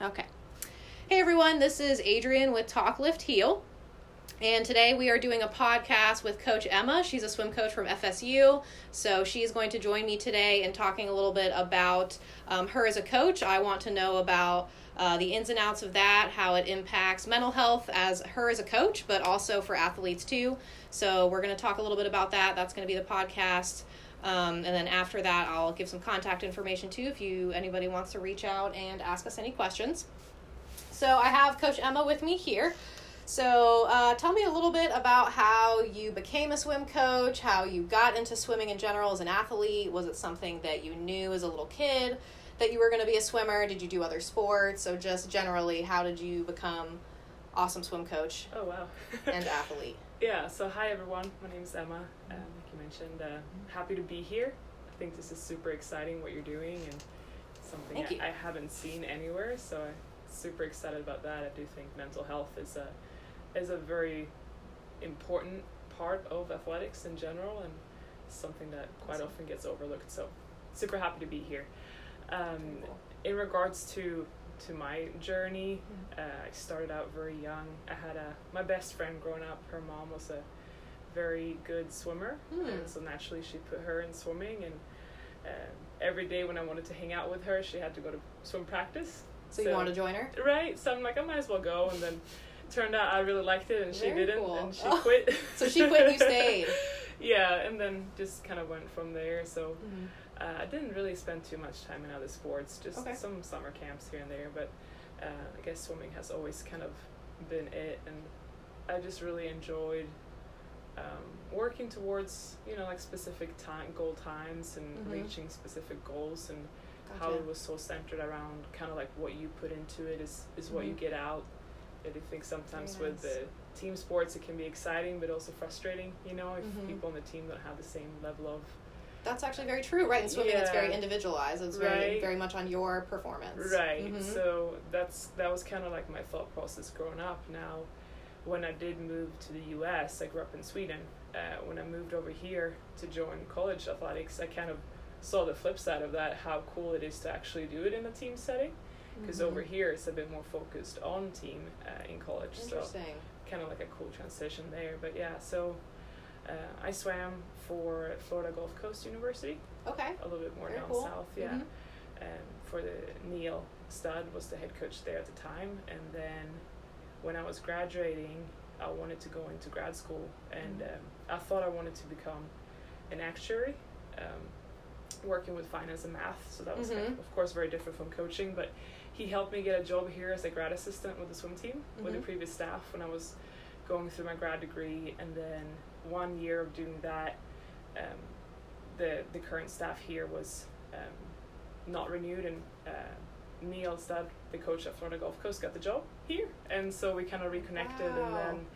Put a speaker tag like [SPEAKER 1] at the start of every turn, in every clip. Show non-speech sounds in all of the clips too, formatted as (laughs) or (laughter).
[SPEAKER 1] Okay. Hey everyone, this is Adrian with Talk Lift Heal. And today we are doing a podcast with Coach Emma. She's a swim coach from FSU. So she's going to join me today in talking a little bit about um, her as a coach. I want to know about uh, the ins and outs of that, how it impacts mental health as her as a coach, but also for athletes too. So we're going to talk a little bit about that. That's going to be the podcast. Um, and then after that, I'll give some contact information too if you anybody wants to reach out and ask us any questions. So I have Coach Emma with me here. So uh, tell me a little bit about how you became a swim coach, how you got into swimming in general as an athlete. Was it something that you knew as a little kid that you were going to be a swimmer? Did you do other sports? So just generally, how did you become awesome swim coach
[SPEAKER 2] Oh wow.
[SPEAKER 1] (laughs) and athlete?
[SPEAKER 2] yeah. So hi everyone. My name's Emma. Um, like you mentioned, uh, happy to be here. I think this is super exciting what you're doing and something
[SPEAKER 1] Thank you.
[SPEAKER 2] I, I haven't seen anywhere. So I'm super excited about that. I do think mental health is a is a very important part of athletics in general and something that quite
[SPEAKER 1] Awesome.
[SPEAKER 2] often gets overlooked. So super happy to be here. Um,
[SPEAKER 1] Cool.
[SPEAKER 2] in regards to to my journey uh, i started out very young i had a my best friend growing up her mom was a very good swimmer
[SPEAKER 1] Hmm.
[SPEAKER 2] and so naturally she put her in swimming and uh, every day when i wanted to hang out with her she had to go to swim practice
[SPEAKER 1] So, you want to join
[SPEAKER 2] (laughs)
[SPEAKER 1] her?
[SPEAKER 2] right so i'm like i might as well go and then turned out i really liked it and she
[SPEAKER 1] Very
[SPEAKER 2] didn't
[SPEAKER 1] cool.
[SPEAKER 2] and she
[SPEAKER 1] Oh.
[SPEAKER 2] quit
[SPEAKER 1] So she quit, you
[SPEAKER 2] (laughs)
[SPEAKER 1] stayed.
[SPEAKER 2] yeah and then just kind of went from there so
[SPEAKER 1] Mm-hmm.
[SPEAKER 2] uh, I didn't really spend too much time in other sports, just
[SPEAKER 1] Okay.
[SPEAKER 2] some summer camps here and there, but uh, I guess swimming has always kind of been it, and I just really enjoyed um, working towards, you know, like specific time, goal times and
[SPEAKER 1] Mhm.
[SPEAKER 2] reaching specific goals, and how
[SPEAKER 1] Gotcha.
[SPEAKER 2] it was so centered around kind of like what you put into it is, is what you
[SPEAKER 1] Mhm.
[SPEAKER 2] get out. I do think sometimes
[SPEAKER 1] Very
[SPEAKER 2] with
[SPEAKER 1] nice.
[SPEAKER 2] the team sports, it can be exciting but also frustrating, you know, if
[SPEAKER 1] Mhm.
[SPEAKER 2] people on the team don't have the same level of
[SPEAKER 1] That's actually very true, right? In swimming, it's very
[SPEAKER 2] Yeah.
[SPEAKER 1] individualized. It's very,
[SPEAKER 2] Right.
[SPEAKER 1] very much on your performance.
[SPEAKER 2] Right.
[SPEAKER 1] Mhm.
[SPEAKER 2] So that's that was kind of like my thought process growing up. Now, when I did move to the U.S., I grew up in Sweden. Uh, when I moved over here to join college athletics, I kind of saw the flip side of that. How cool it is to actually do it in a team setting. Because
[SPEAKER 1] Mhm.
[SPEAKER 2] over here, it's a bit more focused on team uh, in college. So
[SPEAKER 1] Interesting.
[SPEAKER 2] kind of like a cool transition there. But yeah, so. Uh, I swam for Florida Gulf Coast University,
[SPEAKER 1] Okay.
[SPEAKER 2] a little bit more
[SPEAKER 1] Very
[SPEAKER 2] down
[SPEAKER 1] cool.
[SPEAKER 2] south. Yeah
[SPEAKER 1] Mhm.
[SPEAKER 2] um, for the Neil Stud was the head coach there at the time, and then when I was graduating, I wanted to go into grad school, and
[SPEAKER 1] Mhm.
[SPEAKER 2] um, I thought I wanted to become an actuary, um, working with finance and math. So that was, kind of
[SPEAKER 1] Mhm.
[SPEAKER 2] of course, very different from coaching. But he helped me get a job here as a grad assistant with the swim team with the
[SPEAKER 1] Mhm.
[SPEAKER 2] previous staff when I was going through my grad degree, and then one year of doing that. Um, the, the current staff here was um, not renewed and uh, Neil Stad, the coach at Florida Gulf Coast, got the job here, and so we kind of reconnected,
[SPEAKER 1] Wow.
[SPEAKER 2] and then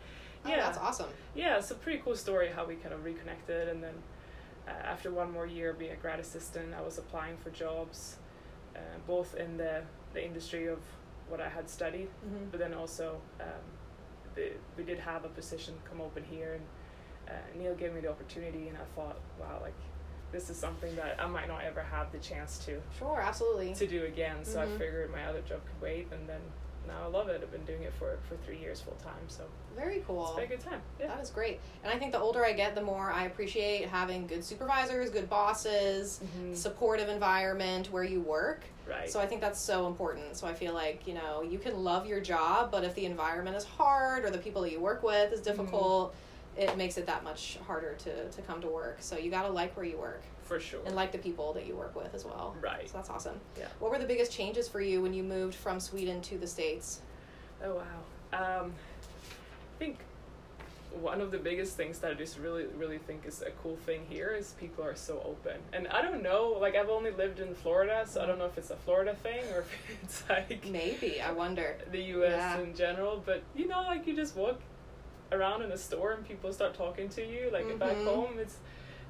[SPEAKER 1] Oh,
[SPEAKER 2] yeah,
[SPEAKER 1] that's awesome.
[SPEAKER 2] yeah, it's a pretty cool story how we kind of reconnected, and then uh, after one more year of being a grad assistant, I was applying for jobs, uh, both in the the industry of what I had studied, but then also um, the, we did have a position come open here, and uh, Neil gave me the opportunity, and I thought, wow, like this is something that I might not ever have the chance to
[SPEAKER 1] Sure, absolutely.
[SPEAKER 2] to do again. So
[SPEAKER 1] Mhm.
[SPEAKER 2] I figured my other job could wait, and then now I love it. I've been doing it for for three years full time, so
[SPEAKER 1] Very
[SPEAKER 2] it's
[SPEAKER 1] cool.
[SPEAKER 2] been a good time. Yeah,
[SPEAKER 1] That is great. And I think the older I get, the more I appreciate having good supervisors, good bosses, supportive environment where you work.
[SPEAKER 2] Mm-hmm. right.
[SPEAKER 1] So I think that's so important. So I feel like, you know, you can love your job, but if the environment is hard or the people that you work with
[SPEAKER 2] Mm-hmm.
[SPEAKER 1] is difficult, it makes it that much harder to, to come to work. So you got to like where you work
[SPEAKER 2] for sure.
[SPEAKER 1] and like the people that you work with as well.
[SPEAKER 2] Right.
[SPEAKER 1] So that's awesome.
[SPEAKER 2] Yeah.
[SPEAKER 1] What were the biggest changes for you when you moved from Sweden to the States?
[SPEAKER 2] Oh wow. Um, I think one of the biggest things that I just really really think is a cool thing here is people are so open. And I don't know, like I've only lived in Florida, so I don't know if it's a Florida thing or (laughs) if it's like
[SPEAKER 1] Maybe, I wonder.
[SPEAKER 2] the US
[SPEAKER 1] Yeah.
[SPEAKER 2] in general, but you know, like you just walk around in a store and people start talking to you. Like back
[SPEAKER 1] Mhm.
[SPEAKER 2] home, it's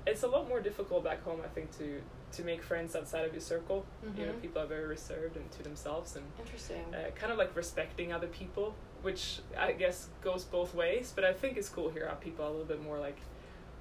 [SPEAKER 2] it's a lot more difficult back home, I think, to to make friends outside of your circle. You know,
[SPEAKER 1] Mhm.
[SPEAKER 2] people are very reserved and to themselves, and
[SPEAKER 1] Interesting.
[SPEAKER 2] uh, kind of like respecting other people, which I guess goes both ways. But I think it's cool here how people are a little bit more like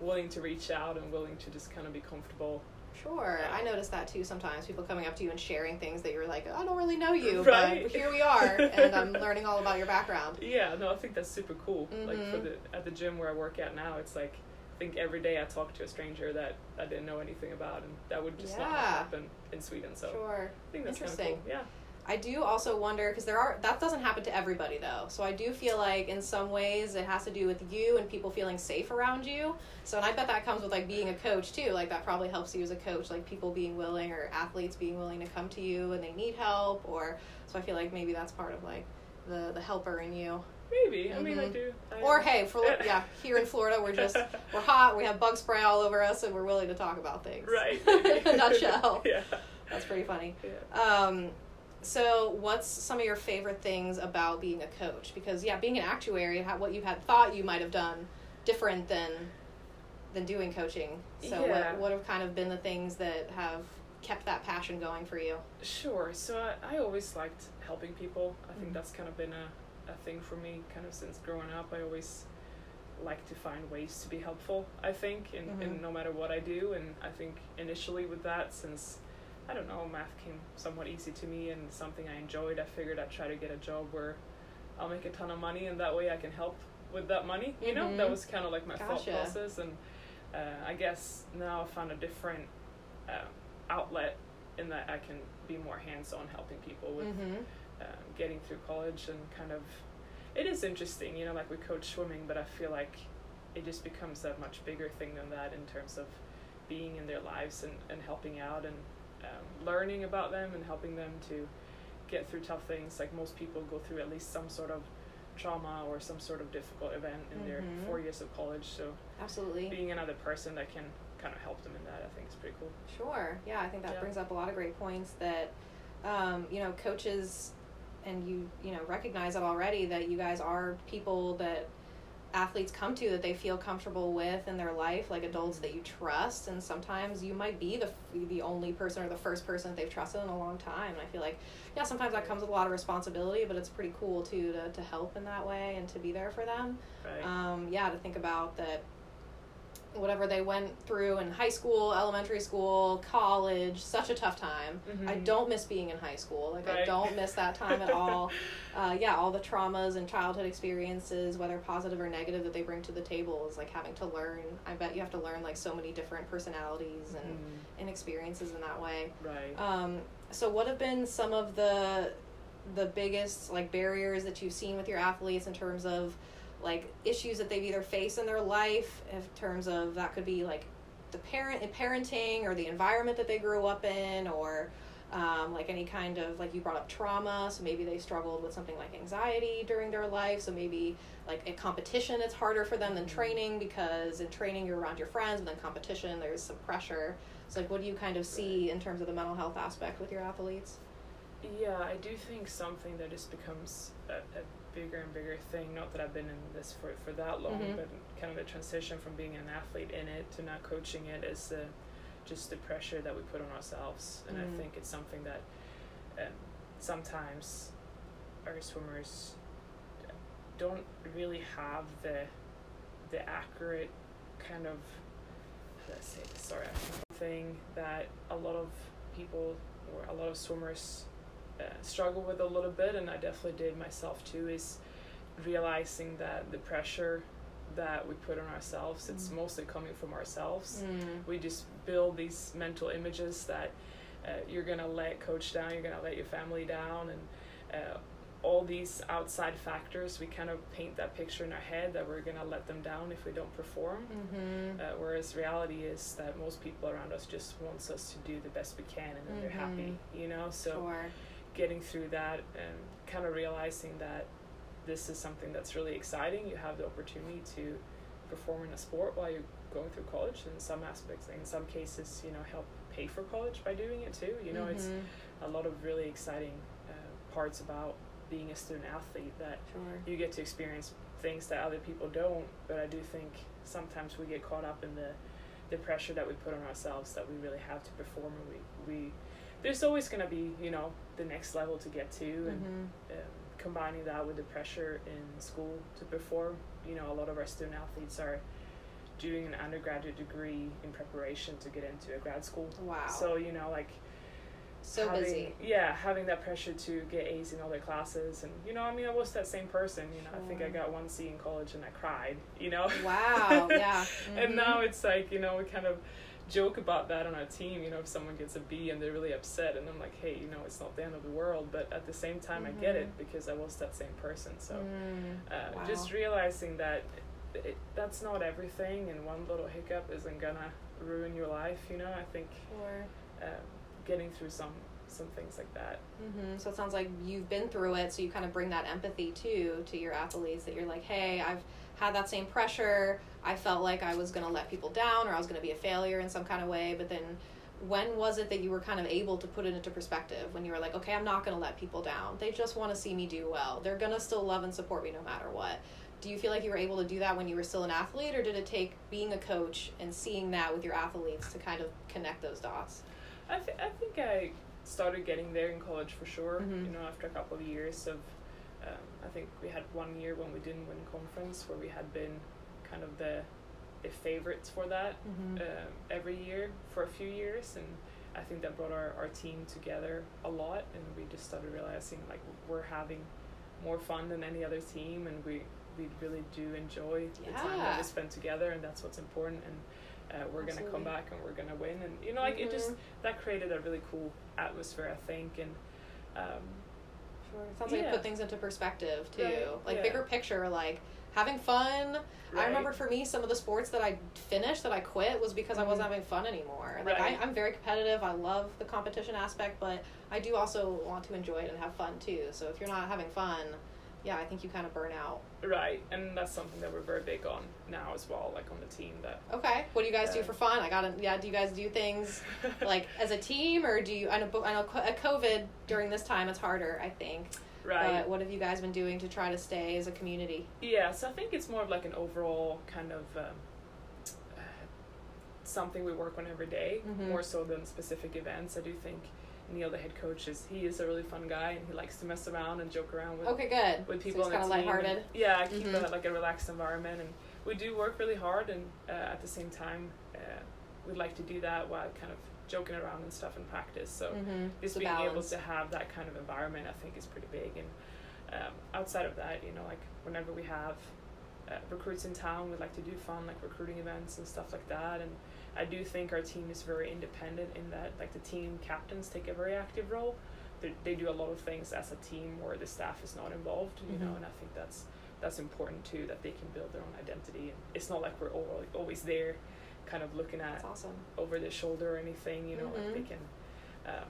[SPEAKER 2] willing to reach out and willing to just kind of be comfortable
[SPEAKER 1] Sure.
[SPEAKER 2] Yeah.
[SPEAKER 1] I noticed that too sometimes. People coming up to you and sharing things that you're like, I don't really know you,
[SPEAKER 2] Right.
[SPEAKER 1] but (laughs) here we are, and
[SPEAKER 2] (laughs)
[SPEAKER 1] I'm learning all about your background.
[SPEAKER 2] Yeah, no, I think that's super cool. Like for
[SPEAKER 1] Mhm.
[SPEAKER 2] the at the gym where I work at now, it's like I think every day I talk to a stranger that I didn't know anything about, and that would just not
[SPEAKER 1] Yeah.
[SPEAKER 2] happen in Sweden. So
[SPEAKER 1] Sure.
[SPEAKER 2] I think that's kinda
[SPEAKER 1] Interesting.
[SPEAKER 2] Cool. Yeah.
[SPEAKER 1] I do also wonder because there are that doesn't happen to everybody though. So I do feel like in some ways it has to do with you and people feeling safe around you. So and I bet that comes with like being a coach too. Like that probably helps you as a coach, like people being willing or athletes being willing to come to you when they need help or so I feel like maybe that's part of like the the helper in you.
[SPEAKER 2] Maybe. I mean, I
[SPEAKER 1] Mhm.
[SPEAKER 2] do. I
[SPEAKER 1] Or hey, for yeah, here in Florida we're just we're hot, we have bug spray all over us and we're willing to talk about things.
[SPEAKER 2] right.
[SPEAKER 1] (laughs) in a nutshell.
[SPEAKER 2] (laughs) yeah.
[SPEAKER 1] That's pretty funny.
[SPEAKER 2] Yeah.
[SPEAKER 1] Um, so, what's some of your favorite things about being a coach? Because yeah, being an actuary, how, what you had thought you might have done different than than doing coaching. So,
[SPEAKER 2] Yeah.
[SPEAKER 1] what what have kind of been the things that have kept that passion going for you?
[SPEAKER 2] Sure. So I, I always liked helping people. I think
[SPEAKER 1] Mhm.
[SPEAKER 2] that's kind of been a, a thing for me kind of since growing up. I always like to find ways to be helpful, I think, in, in
[SPEAKER 1] Mhm.
[SPEAKER 2] no matter what I do. And I think initially with that, since I don't know, math came somewhat easy to me and something I enjoyed, I figured I'd try to get a job where I'll make a ton of money and that way I can help with that money. You know, that
[SPEAKER 1] Mhm.
[SPEAKER 2] was kind of like my thought
[SPEAKER 1] Gotcha.
[SPEAKER 2] process. And uh, I guess now I found a different uh, outlet in that I can be more hands on helping people with
[SPEAKER 1] Mm-hmm.
[SPEAKER 2] um, getting through college and kind of. It is interesting, you know, like we coach swimming, but I feel like it just becomes a much bigger thing than that in terms of being in their lives and, and helping out and um, learning about them and helping them to get through tough things. Like most people go through at least some sort of trauma or some sort of difficult event in their
[SPEAKER 1] Mhm.
[SPEAKER 2] four years of college. So
[SPEAKER 1] Absolutely.
[SPEAKER 2] being another person that can kind of help them in that, I think is pretty cool.
[SPEAKER 1] Sure. Yeah, I think that
[SPEAKER 2] Yeah.
[SPEAKER 1] brings up a lot of great points that, um, you know, coaches and you, you know, recognize it already that you guys are people that athletes come to that they feel comfortable with in their life, like adults that you trust. And sometimes you might be the, the only person or the first person that they've trusted in a long time. And I feel like, yeah, sometimes that comes with a lot of responsibility, but it's pretty cool too to, to help in that way and to be there for them
[SPEAKER 2] Right.
[SPEAKER 1] um, yeah, to think about that whatever they went through in high school, elementary school, college, such a tough time. I
[SPEAKER 2] Mhm.
[SPEAKER 1] don't miss being in high school. Like, I
[SPEAKER 2] Right.
[SPEAKER 1] don't miss that
[SPEAKER 2] (laughs)
[SPEAKER 1] time at all. Uh, yeah, all the traumas and childhood experiences, whether positive or negative, that they bring to the table is like having to learn. I bet you have to learn like so many different personalities and,
[SPEAKER 2] Mm,
[SPEAKER 1] and experiences in that way.
[SPEAKER 2] right.
[SPEAKER 1] Um, so what have been some of the the biggest like barriers that you've seen with your athletes in terms of like issues that they've either faced in their life in terms of that could be like the parent in parenting or the environment that they grew up in or um, like any kind of like you brought up trauma so maybe they struggled with something like anxiety during their life so maybe like in competition it's harder for them than
[SPEAKER 2] Mhm.
[SPEAKER 1] training because in training you're around your friends but in competition there's some pressure so like what do you kind of see in terms of the mental health aspect with your athletes
[SPEAKER 2] Yeah, I do think something that just becomes a, a bigger and bigger thing. Not that I've been in this for, for that long,
[SPEAKER 1] Mhm.
[SPEAKER 2] but kind of a transition from being an athlete in it to now coaching it is the, just the pressure that we put on ourselves. And
[SPEAKER 1] Mm.
[SPEAKER 2] I think it's something that um, sometimes our swimmers don't really have the the accurate kind of let's say sorry thing that a lot of people or a lot of swimmers uh, struggle with a little bit and I definitely did myself too is realizing that the pressure that we put on ourselves it's
[SPEAKER 1] Mm.
[SPEAKER 2] mostly coming from ourselves we just build these mental images that uh, you're gonna let coach down, you're gonna let your family down, and uh, all these outside factors. We kind of paint that picture in our head that we're gonna let them down if we don't perform.
[SPEAKER 1] mm-hmm.
[SPEAKER 2] Uh, whereas reality is that most people around us just wants us to do the best we can, and then they're happy, you know. So
[SPEAKER 1] sure
[SPEAKER 2] getting through that and kind of realizing that this is something that's really exciting. You have the opportunity to perform in a sport while you're going through college in some aspects and in some cases, you know, help pay for college by doing it too. You know, it's
[SPEAKER 1] Mhm.
[SPEAKER 2] a lot of really exciting uh, parts about being a student athlete that
[SPEAKER 1] sure
[SPEAKER 2] you get to experience things that other people don't, but I do think sometimes we get caught up in the the pressure that we put on ourselves that we really have to perform and we, we there's always going to be you know the next level to get to and
[SPEAKER 1] mm-hmm.
[SPEAKER 2] um, combining that with the pressure in school to perform you know a lot of our student athletes are doing an undergraduate degree in preparation to get into a grad school.
[SPEAKER 1] Mm-hmm. Wow.
[SPEAKER 2] So, you know, like
[SPEAKER 1] so
[SPEAKER 2] having,
[SPEAKER 1] busy.
[SPEAKER 2] Yeah, having that pressure to get A's in all their classes, and you know, I mean, I was that same person. You know, I think I
[SPEAKER 1] Sure.
[SPEAKER 2] got one C in college, and I cried. You know.
[SPEAKER 1] Wow, yeah, mhm.
[SPEAKER 2] (laughs) And now it's like you know we kind of joke about that on our team. You know, if someone gets a B and they're really upset, and I'm like, hey, you know, it's not the end of the world. But at the same time, I get it because I was that same person. So
[SPEAKER 1] Mm,
[SPEAKER 2] uh,
[SPEAKER 1] Mm-hmm. wow.
[SPEAKER 2] just realizing that it, that's not everything, and one little hiccup isn't gonna ruin your life. You know, I think
[SPEAKER 1] Sure.
[SPEAKER 2] um, getting through some some things like that.
[SPEAKER 1] hmm So it sounds like you've been through it, so you kind of bring that empathy too to your athletes that you're like, hey, I've had that same pressure. I felt like I was going to let people down or I was going to be a failure in some kind of way. But then when was it that you were kind of able to put it into perspective when you were like, okay, I'm not going to let people down? They just want to see me do well. They're going to still love and support me no matter what. Do you feel like you were able to do that when you were still an athlete, or did it take being a coach and seeing that with your athletes to kind of connect those dots?
[SPEAKER 2] I, th- I think I started getting there in college for sure.
[SPEAKER 1] Mhm.
[SPEAKER 2] You know, after a couple of years of, um, I think we had one year when we didn't win conference where we had been kind of the, the favorites for that
[SPEAKER 1] Mm-hmm.
[SPEAKER 2] um, every year for a few years, and I think that brought our, our team together a lot, and we just started realizing like we're having more fun than any other team, and we we really do enjoy the time that
[SPEAKER 1] Yeah.
[SPEAKER 2] we spend together, and that's what's important, and. Uh, we're gonna
[SPEAKER 1] Absolutely.
[SPEAKER 2] come back and we're gonna win, and you know, like it just
[SPEAKER 1] Mhm.
[SPEAKER 2] that created a really cool atmosphere, I think, and um,
[SPEAKER 1] Sure. It sounds like it
[SPEAKER 2] Yeah.
[SPEAKER 1] put things into perspective too.
[SPEAKER 2] Right,
[SPEAKER 1] Like
[SPEAKER 2] yeah.
[SPEAKER 1] bigger picture, like having fun. I
[SPEAKER 2] Right.
[SPEAKER 1] remember for me some of the sports that I finished that I quit was because I wasn't
[SPEAKER 2] Mhm.
[SPEAKER 1] having fun anymore. Like
[SPEAKER 2] Right.
[SPEAKER 1] I, I'm very competitive. I love the competition aspect, but I do also want to enjoy it and have fun too. So if you're not having fun, yeah, I think you kind of burn out.
[SPEAKER 2] right, and that's something that we're very big on now as well, like on the team that
[SPEAKER 1] Okay, what do you guys do
[SPEAKER 2] Yeah.
[SPEAKER 1] for fun? I gotta yeah. Do you guys do
[SPEAKER 2] (laughs)
[SPEAKER 1] things like as a team or do you? I know bo- I know co- uh, COVID during this time it's harder. I think.
[SPEAKER 2] right,
[SPEAKER 1] But what have you guys been doing to try to stay as a community?
[SPEAKER 2] yeah. So I think it's more of like an overall kind of um, uh, something we work on every day,
[SPEAKER 1] Mhm.
[SPEAKER 2] more so than specific events. I do think Neil, the head coach, is he is a really fun guy, and he likes to mess around and joke around with
[SPEAKER 1] Okay, good.
[SPEAKER 2] with people
[SPEAKER 1] so
[SPEAKER 2] on
[SPEAKER 1] kind
[SPEAKER 2] the
[SPEAKER 1] of
[SPEAKER 2] team.
[SPEAKER 1] lighthearted.
[SPEAKER 2] and- Yeah, I keep
[SPEAKER 1] Mhm.
[SPEAKER 2] it like a relaxed environment, and we do work really hard, and uh, at the same time, uh, we'd like to do that while kind of joking around and stuff in practice. So
[SPEAKER 1] Mm-hmm.
[SPEAKER 2] just being able to have that kind of environment, I think, is pretty big. And um, outside of that, you know, like whenever we have uh, recruits in town, we like to do fun like recruiting events and stuff like that. And I do think our team is very independent in that, like the team captains take a very active role. They they do a lot of things as a team where the staff is not involved, you know,
[SPEAKER 1] Mhm.
[SPEAKER 2] and I think that's that's important too that they can build their own identity. And it's not like we're all, always there, kind of looking at
[SPEAKER 1] That's awesome.
[SPEAKER 2] over their shoulder or anything. You know, like
[SPEAKER 1] Mhm.
[SPEAKER 2] they can um,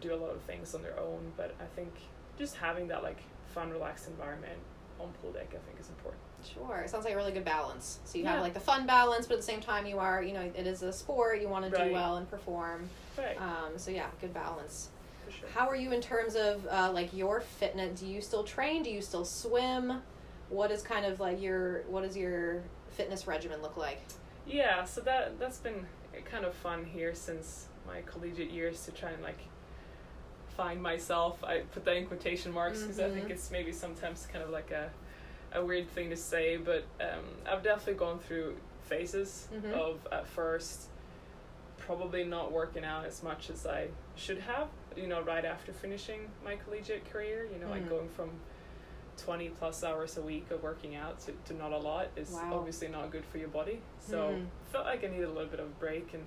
[SPEAKER 2] do a lot of things on their own. But I think just having that like fun, relaxed environment on pool deck, I think, is important.
[SPEAKER 1] Sure. It sounds like a really good balance. So you have
[SPEAKER 2] Yeah.
[SPEAKER 1] like the fun balance, but at the same time you are, you know, it is a sport. You want to do
[SPEAKER 2] Right.
[SPEAKER 1] well and perform.
[SPEAKER 2] Right,
[SPEAKER 1] Um, so yeah, good balance.
[SPEAKER 2] for sure.
[SPEAKER 1] How are you in terms of uh, like your fitness? Do you still train? Do you still swim? What is kind of like your what does your fitness regimen look like?
[SPEAKER 2] Yeah, so that that's been kind of fun here since my collegiate years to try and like find myself. I put that in quotation marks because I
[SPEAKER 1] Mhm.
[SPEAKER 2] think it's maybe sometimes kind of like a a weird thing to say, but um, I've definitely gone through phases
[SPEAKER 1] Mhm.
[SPEAKER 2] of at first probably not working out as much as I should have. You know, right after finishing my collegiate career, you know,
[SPEAKER 1] Mm.
[SPEAKER 2] like going from 20 plus hours a week of working out to, to not a lot is
[SPEAKER 1] Wow.
[SPEAKER 2] obviously not good for your body. So
[SPEAKER 1] Mm.
[SPEAKER 2] felt like I needed a little bit of a break and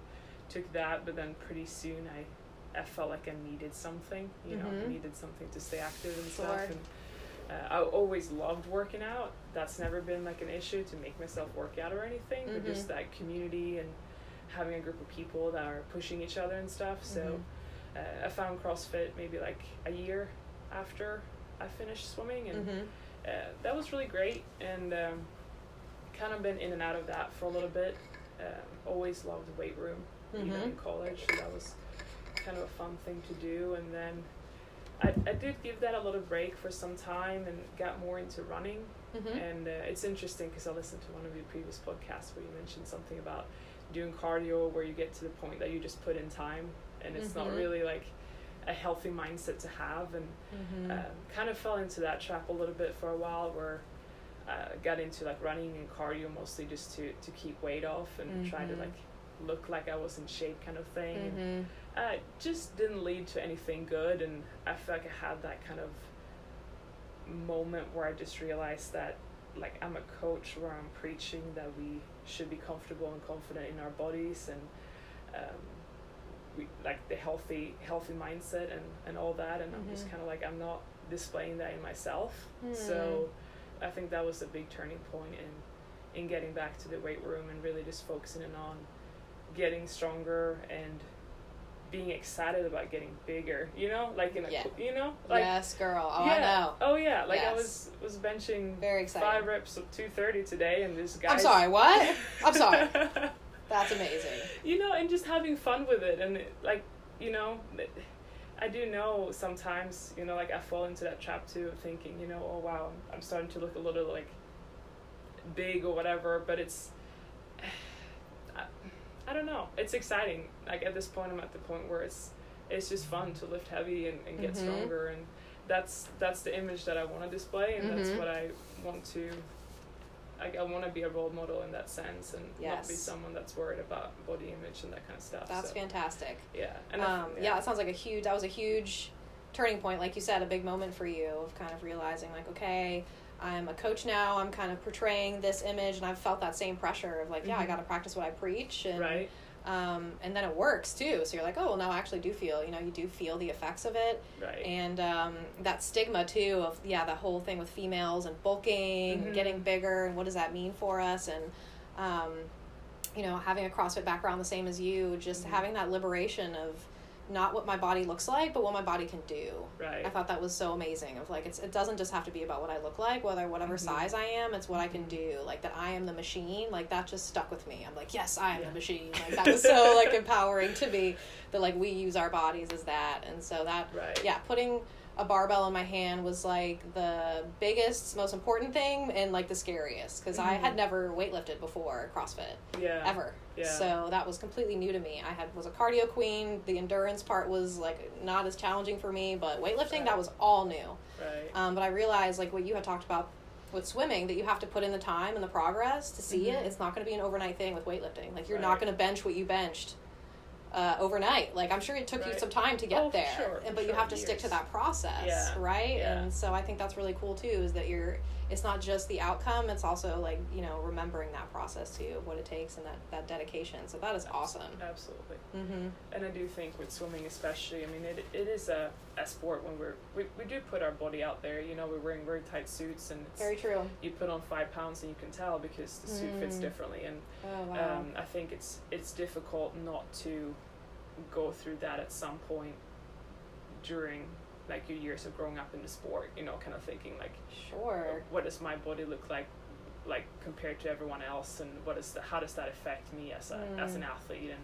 [SPEAKER 2] took that, but then pretty soon I, I felt like I needed something, you know,
[SPEAKER 1] Mhm.
[SPEAKER 2] I needed something to stay active and
[SPEAKER 1] Sure.
[SPEAKER 2] stuff. And uh, I always loved working out. That's never been like an issue to make myself work out or anything, but
[SPEAKER 1] Mhm.
[SPEAKER 2] just that community and having a group of people that are pushing each other and stuff. So
[SPEAKER 1] Mhm.
[SPEAKER 2] uh, I found CrossFit maybe like a year after I finished swimming, and
[SPEAKER 1] Mhm.
[SPEAKER 2] uh, that was really great. And um, kind of been in and out of that for a little bit. Um, always loved the weight room, even
[SPEAKER 1] Mhm.
[SPEAKER 2] in college. So that was kind of a fun thing to do. And then I, I did give that a little break for some time and got more into running.
[SPEAKER 1] Mhm.
[SPEAKER 2] And uh, it's interesting because I listened to one of your previous podcasts where you mentioned something about doing cardio where you get to the point that you just put in time and it's not
[SPEAKER 1] Mhm.
[SPEAKER 2] really like a healthy mindset to have. And
[SPEAKER 1] Mhm.
[SPEAKER 2] um, kind of fell into that trap a little bit for a while where uh, got into like running and cardio mostly just to to keep weight off and try to
[SPEAKER 1] Mhm.
[SPEAKER 2] like look like I was in shape kind of thing. And
[SPEAKER 1] Mm-hmm.
[SPEAKER 2] uh, it just didn't lead to anything good and i feel like i had that kind of moment where i just realized that like i'm a coach where i'm preaching that we should be comfortable and confident in our bodies and um, we, like the healthy healthy mindset and, and all that and i'm just
[SPEAKER 1] Mhm.
[SPEAKER 2] kind of like i'm not displaying that in myself so i think that was a big turning point in in getting back to the weight room and really just focusing in on getting stronger and being excited about getting bigger you know like in a
[SPEAKER 1] Yeah.
[SPEAKER 2] co- you know like
[SPEAKER 1] yes, girl. Oh,
[SPEAKER 2] yeah.
[SPEAKER 1] I know.
[SPEAKER 2] oh yeah like i
[SPEAKER 1] Yes.
[SPEAKER 2] was was benching
[SPEAKER 1] Very exciting.
[SPEAKER 2] five reps of 230 today and this guy
[SPEAKER 1] I'm sorry.
[SPEAKER 2] (laughs)
[SPEAKER 1] What? I'm sorry. That's amazing.
[SPEAKER 2] you know and just having fun with it and it, like you know th- i do know sometimes you know like i fall into that trap too of thinking you know oh wow i'm starting to look a little like big or whatever but it's (sighs) I, I don't know it's exciting like at this point i'm at the point where it's it's just fun to lift heavy and, and get
[SPEAKER 1] Mhm.
[SPEAKER 2] stronger and that's that's the image that i want to display and that's
[SPEAKER 1] Mhm.
[SPEAKER 2] what i want to like I want to be a role model in that sense and not be
[SPEAKER 1] Yes.
[SPEAKER 2] someone that's worried about body image and that kind of stuff.
[SPEAKER 1] That's
[SPEAKER 2] so,
[SPEAKER 1] fantastic.
[SPEAKER 2] Yeah. And I-
[SPEAKER 1] Um, yeah. that sounds like a huge. That was a huge turning point, like you said, a big moment for you of kind of realizing, like, okay, I'm a coach now. I'm kind of portraying this image, and I've felt that same pressure of like, yeah, I
[SPEAKER 2] Mhm.
[SPEAKER 1] got to practice what I preach, and
[SPEAKER 2] Right.
[SPEAKER 1] um, and then it works too. So you're like, oh, well, now I actually do feel, you know, you do feel the effects of it,
[SPEAKER 2] Right.
[SPEAKER 1] and um, that stigma too of yeah, the whole thing with females and bulking, and
[SPEAKER 2] Mhm.
[SPEAKER 1] getting bigger, and what does that mean for us, and um, you know, having a CrossFit background the same as you, just
[SPEAKER 2] Mhm.
[SPEAKER 1] having that liberation of not what my body looks like, but what my body can do.
[SPEAKER 2] right.
[SPEAKER 1] I thought that was so amazing. Of like, it's it doesn't just have to be about what I look like, whether whatever
[SPEAKER 2] Mhm.
[SPEAKER 1] size I am, it's what I can
[SPEAKER 2] Mm-hmm.
[SPEAKER 1] do. Like that I am the machine. Like that just stuck with me. I'm like, yes, I am
[SPEAKER 2] Yeah.
[SPEAKER 1] the machine. Like
[SPEAKER 2] (laughs)
[SPEAKER 1] that was so like empowering to me that like we use our bodies as that, and so that
[SPEAKER 2] right.
[SPEAKER 1] yeah, putting a barbell in my hand was like the biggest, most important thing, and like the scariest because I
[SPEAKER 2] Mhm.
[SPEAKER 1] had never weightlifted before CrossFit
[SPEAKER 2] Yeah.
[SPEAKER 1] ever.
[SPEAKER 2] Yeah.
[SPEAKER 1] So that was completely new to me. I had was a cardio queen. The endurance part was like not as challenging for me, but weightlifting that was all new.
[SPEAKER 2] Right.
[SPEAKER 1] Um, but I realized like what you had talked about with swimming that you have to put in the time and the progress to see
[SPEAKER 2] Mhm.
[SPEAKER 1] it. It's not going to be an overnight thing with weightlifting. Like you're not
[SPEAKER 2] Right.
[SPEAKER 1] going to bench what you benched uh, overnight. Like I'm sure it took you
[SPEAKER 2] Right.
[SPEAKER 1] some time to get
[SPEAKER 2] Oh, for
[SPEAKER 1] there,
[SPEAKER 2] sure,
[SPEAKER 1] and
[SPEAKER 2] for
[SPEAKER 1] but you
[SPEAKER 2] sure,
[SPEAKER 1] have to stick to
[SPEAKER 2] years.
[SPEAKER 1] that process,
[SPEAKER 2] Yeah,
[SPEAKER 1] right?
[SPEAKER 2] yeah.
[SPEAKER 1] And so I think that's really cool too. Is that you're it's not just the outcome; it's also like you know remembering that process too, of what it takes and that that dedication. So that is awesome.
[SPEAKER 2] Absolutely.
[SPEAKER 1] Mm-hmm.
[SPEAKER 2] And I do think with swimming especially, I mean it it is a, a sport when we're we, we do put our body out there, you know, we're wearing very tight suits and it's
[SPEAKER 1] Very true.
[SPEAKER 2] you put on five pounds and you can tell because the suit fits
[SPEAKER 1] Mm.
[SPEAKER 2] differently and
[SPEAKER 1] Oh wow.
[SPEAKER 2] um, I think it's it's difficult not to go through that at some point during like your years of growing up in the sport. You know, kind of thinking like,
[SPEAKER 1] sure.
[SPEAKER 2] what does my body look like, like compared to everyone else, and what is the, how does that affect me as a as
[SPEAKER 1] Mm.
[SPEAKER 2] an athlete, and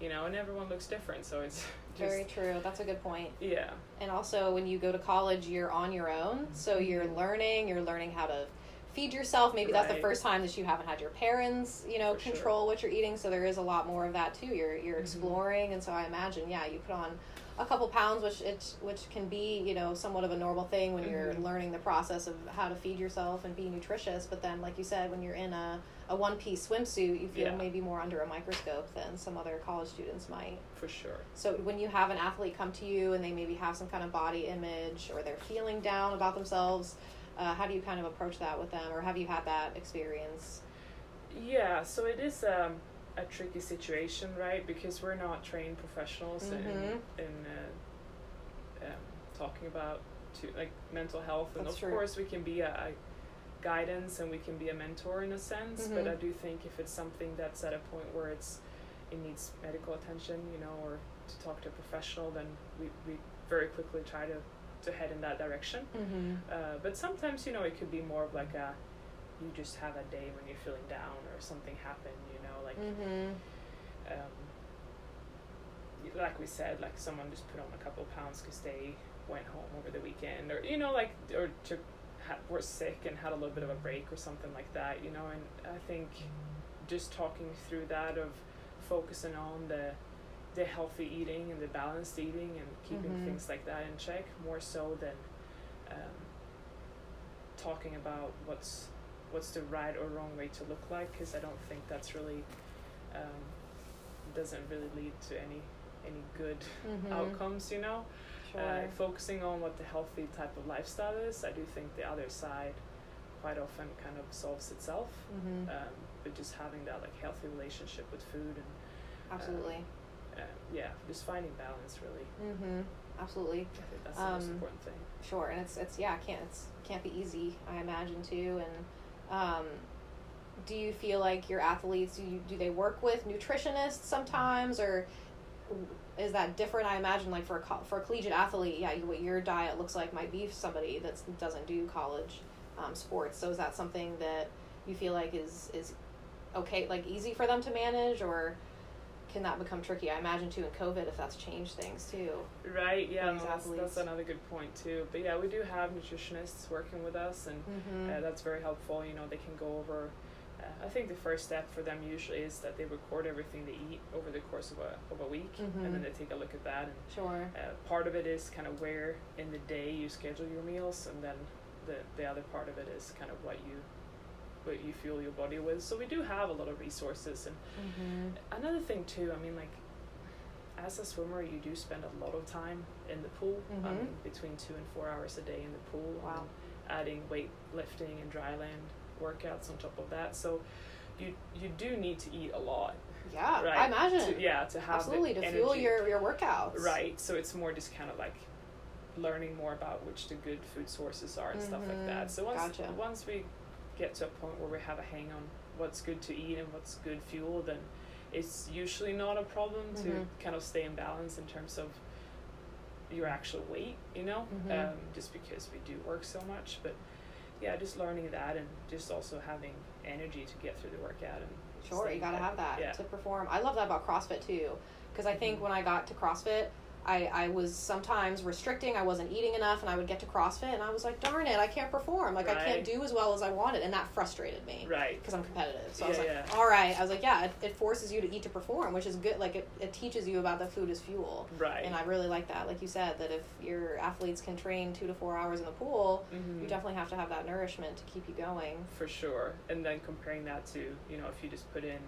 [SPEAKER 2] you know, and everyone looks different, so it's (laughs) just
[SPEAKER 1] Very true. That's a good point.
[SPEAKER 2] yeah,
[SPEAKER 1] and also when you go to college you're on your own so
[SPEAKER 2] Mm-hmm.
[SPEAKER 1] you're learning you're learning how to feed yourself maybe that's the
[SPEAKER 2] Right.
[SPEAKER 1] first time that you haven't had your parents you know
[SPEAKER 2] For sure.
[SPEAKER 1] control what you're eating so there is a lot more of that too you're you're
[SPEAKER 2] Mhm.
[SPEAKER 1] exploring and so i imagine yeah you put on a couple pounds which it's which can be you know somewhat of a normal thing when you're
[SPEAKER 2] Mhm.
[SPEAKER 1] learning the process of how to feed yourself and be nutritious but then like you said when you're in a, a one piece swimsuit you feel
[SPEAKER 2] Yeah.
[SPEAKER 1] maybe more under a microscope than some other college students might
[SPEAKER 2] for sure.
[SPEAKER 1] so when you have an athlete come to you and they maybe have some kind of body image or they're feeling down about themselves, uh, how do you kind of approach that with them, or have you had that experience?
[SPEAKER 2] Yeah, so it is um, a tricky situation, right? Because we're not trained professionals in
[SPEAKER 1] Mhm.
[SPEAKER 2] in uh, um, talking about to like mental health, and
[SPEAKER 1] That's
[SPEAKER 2] of
[SPEAKER 1] true.
[SPEAKER 2] course we can be a, a guidance and we can be a mentor in a sense. But
[SPEAKER 1] Mhm.
[SPEAKER 2] I do think if it's something that's at a point where it's it needs medical attention, you know, or to talk to a professional, then we, we very quickly try to to head in that direction.
[SPEAKER 1] Mm-hmm.
[SPEAKER 2] Uh, but sometimes, you know, it could be more of like a, you just have a day when you're feeling down or something happened, you know, like,
[SPEAKER 1] Mm-hmm.
[SPEAKER 2] um, y- like we said, like someone just put on a couple pounds because they went home over the weekend or, you know, like, or took, ha- were sick and had a little bit of a break or something like that, you know, and I think just talking through that of focusing on the, the healthy eating and the balanced eating and keeping
[SPEAKER 1] Mhm.
[SPEAKER 2] things like that in check more so than um, talking about what's what's the right or wrong way to look like because I don't think that's really um, doesn't really lead to any any good
[SPEAKER 1] Mhm.
[SPEAKER 2] outcomes, you know. Uh,
[SPEAKER 1] Sure.
[SPEAKER 2] focusing on what the healthy type of lifestyle is, I do think the other side quite often kind of solves itself.
[SPEAKER 1] Mhm.
[SPEAKER 2] Um, but just having that like healthy relationship with food and
[SPEAKER 1] Absolutely.
[SPEAKER 2] uh, yeah, just finding balance really.
[SPEAKER 1] Mhm. Absolutely.
[SPEAKER 2] I think that's the most
[SPEAKER 1] Um,
[SPEAKER 2] important thing.
[SPEAKER 1] Sure. And it's it's yeah, it can't it's can't be easy, I imagine too. And um do you feel like your athletes do you, do they work with nutritionists sometimes or is that different? I imagine like for a col- for a collegiate athlete, yeah, you, what your diet looks like might be for somebody that doesn't do college um, sports. So is that something that you feel like is is okay, like easy for them to manage, or can that become tricky? I imagine too in COVID if that's changed things too.
[SPEAKER 2] Right, yeah,
[SPEAKER 1] these
[SPEAKER 2] no, that's,
[SPEAKER 1] athletes.
[SPEAKER 2] that's another good point too. But yeah, we do have nutritionists working with us, and
[SPEAKER 1] Mm-hmm.
[SPEAKER 2] uh, that's very helpful. You know, they can go over. Uh, I think the first step for them usually is that they record everything they eat over the course of a of a week, and
[SPEAKER 1] Mhm.
[SPEAKER 2] then they take a look at that. And
[SPEAKER 1] Sure.
[SPEAKER 2] uh, part of it is kind of where in the day you schedule your meals, and then the the other part of it is kind of what you what you fuel your body with. So we do have a lot of resources, and
[SPEAKER 1] Mm-hmm.
[SPEAKER 2] another thing too i mean like as a swimmer you do spend a lot of time in the pool
[SPEAKER 1] Mhm.
[SPEAKER 2] um, between two and four hours a day in the pool and
[SPEAKER 1] Wow.
[SPEAKER 2] adding weight lifting and dry land workouts on top of that so you you do need to eat a lot
[SPEAKER 1] Yeah,
[SPEAKER 2] right
[SPEAKER 1] Uh, I imagine.
[SPEAKER 2] to, yeah to have the
[SPEAKER 1] Absolutely to fuel
[SPEAKER 2] energy.
[SPEAKER 1] your your workouts.
[SPEAKER 2] right so it's more just kind of like learning more about which the good food sources are and stuff
[SPEAKER 1] Mhm.
[SPEAKER 2] like that so once
[SPEAKER 1] Gotcha.
[SPEAKER 2] once we get to a point where we have a hang on what's good to eat and what's good fuel then it's usually not a problem
[SPEAKER 1] Mhm.
[SPEAKER 2] to kind of stay in balance in terms of your actual weight you know
[SPEAKER 1] Mhm.
[SPEAKER 2] um, just because we do work so much but yeah just learning that and just also having energy to get through the workout and
[SPEAKER 1] Sure, you
[SPEAKER 2] staying
[SPEAKER 1] gotta
[SPEAKER 2] active.
[SPEAKER 1] have that
[SPEAKER 2] yeah
[SPEAKER 1] to perform. I love that about CrossFit too, because I think
[SPEAKER 2] Mhm.
[SPEAKER 1] when I got to CrossFit, I I was sometimes restricting. I wasn't eating enough, and I would get to CrossFit, and I was like, darn it, I can't perform. Like I can't
[SPEAKER 2] Right.
[SPEAKER 1] do as well as I wanted, and that frustrated me. (laughs)
[SPEAKER 2] right
[SPEAKER 1] Because I'm competitive, so I was
[SPEAKER 2] Yeah,
[SPEAKER 1] like,
[SPEAKER 2] yeah.
[SPEAKER 1] "All right." I was like, "Yeah, it, it forces you to eat to perform, which is good. Like it, it teaches you about the food is fuel,
[SPEAKER 2] right
[SPEAKER 1] and I really like that. Like you said, that if your athletes can train two to four hours in the pool,
[SPEAKER 2] Mhm.
[SPEAKER 1] you definitely have to have that nourishment to keep you going.
[SPEAKER 2] for sure. And then comparing that to, you know, if you just put in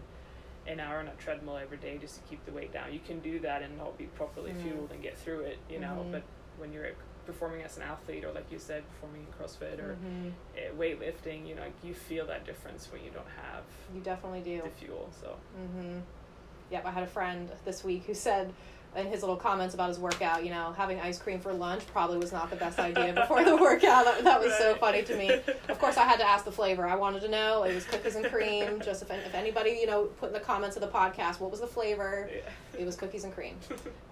[SPEAKER 2] an hour on a treadmill every day just to keep the weight down, you can do that and not be properly
[SPEAKER 1] Mhm.
[SPEAKER 2] fueled and get through it, you know.
[SPEAKER 1] Mhm.
[SPEAKER 2] But when you're performing as an athlete or, like you said, performing in CrossFit or
[SPEAKER 1] Mhm.
[SPEAKER 2] uh, weightlifting, you know, you feel that difference when you don't have
[SPEAKER 1] You definitely do.
[SPEAKER 2] the fuel. So,
[SPEAKER 1] Mm-hmm. Yep, I had a friend this week who said in his little comments about his workout, you know, having ice cream for lunch probably was not the best idea
[SPEAKER 2] (laughs)
[SPEAKER 1] before the workout. That, that was so
[SPEAKER 2] Right.
[SPEAKER 1] funny to me. Of course, I had to ask the flavor. I wanted to know. It was cookies and cream. Just if, if anybody, you know, put in the comments of the podcast, what was the flavor? It
[SPEAKER 2] (laughs) yeah. (laughs)
[SPEAKER 1] was cookies and cream.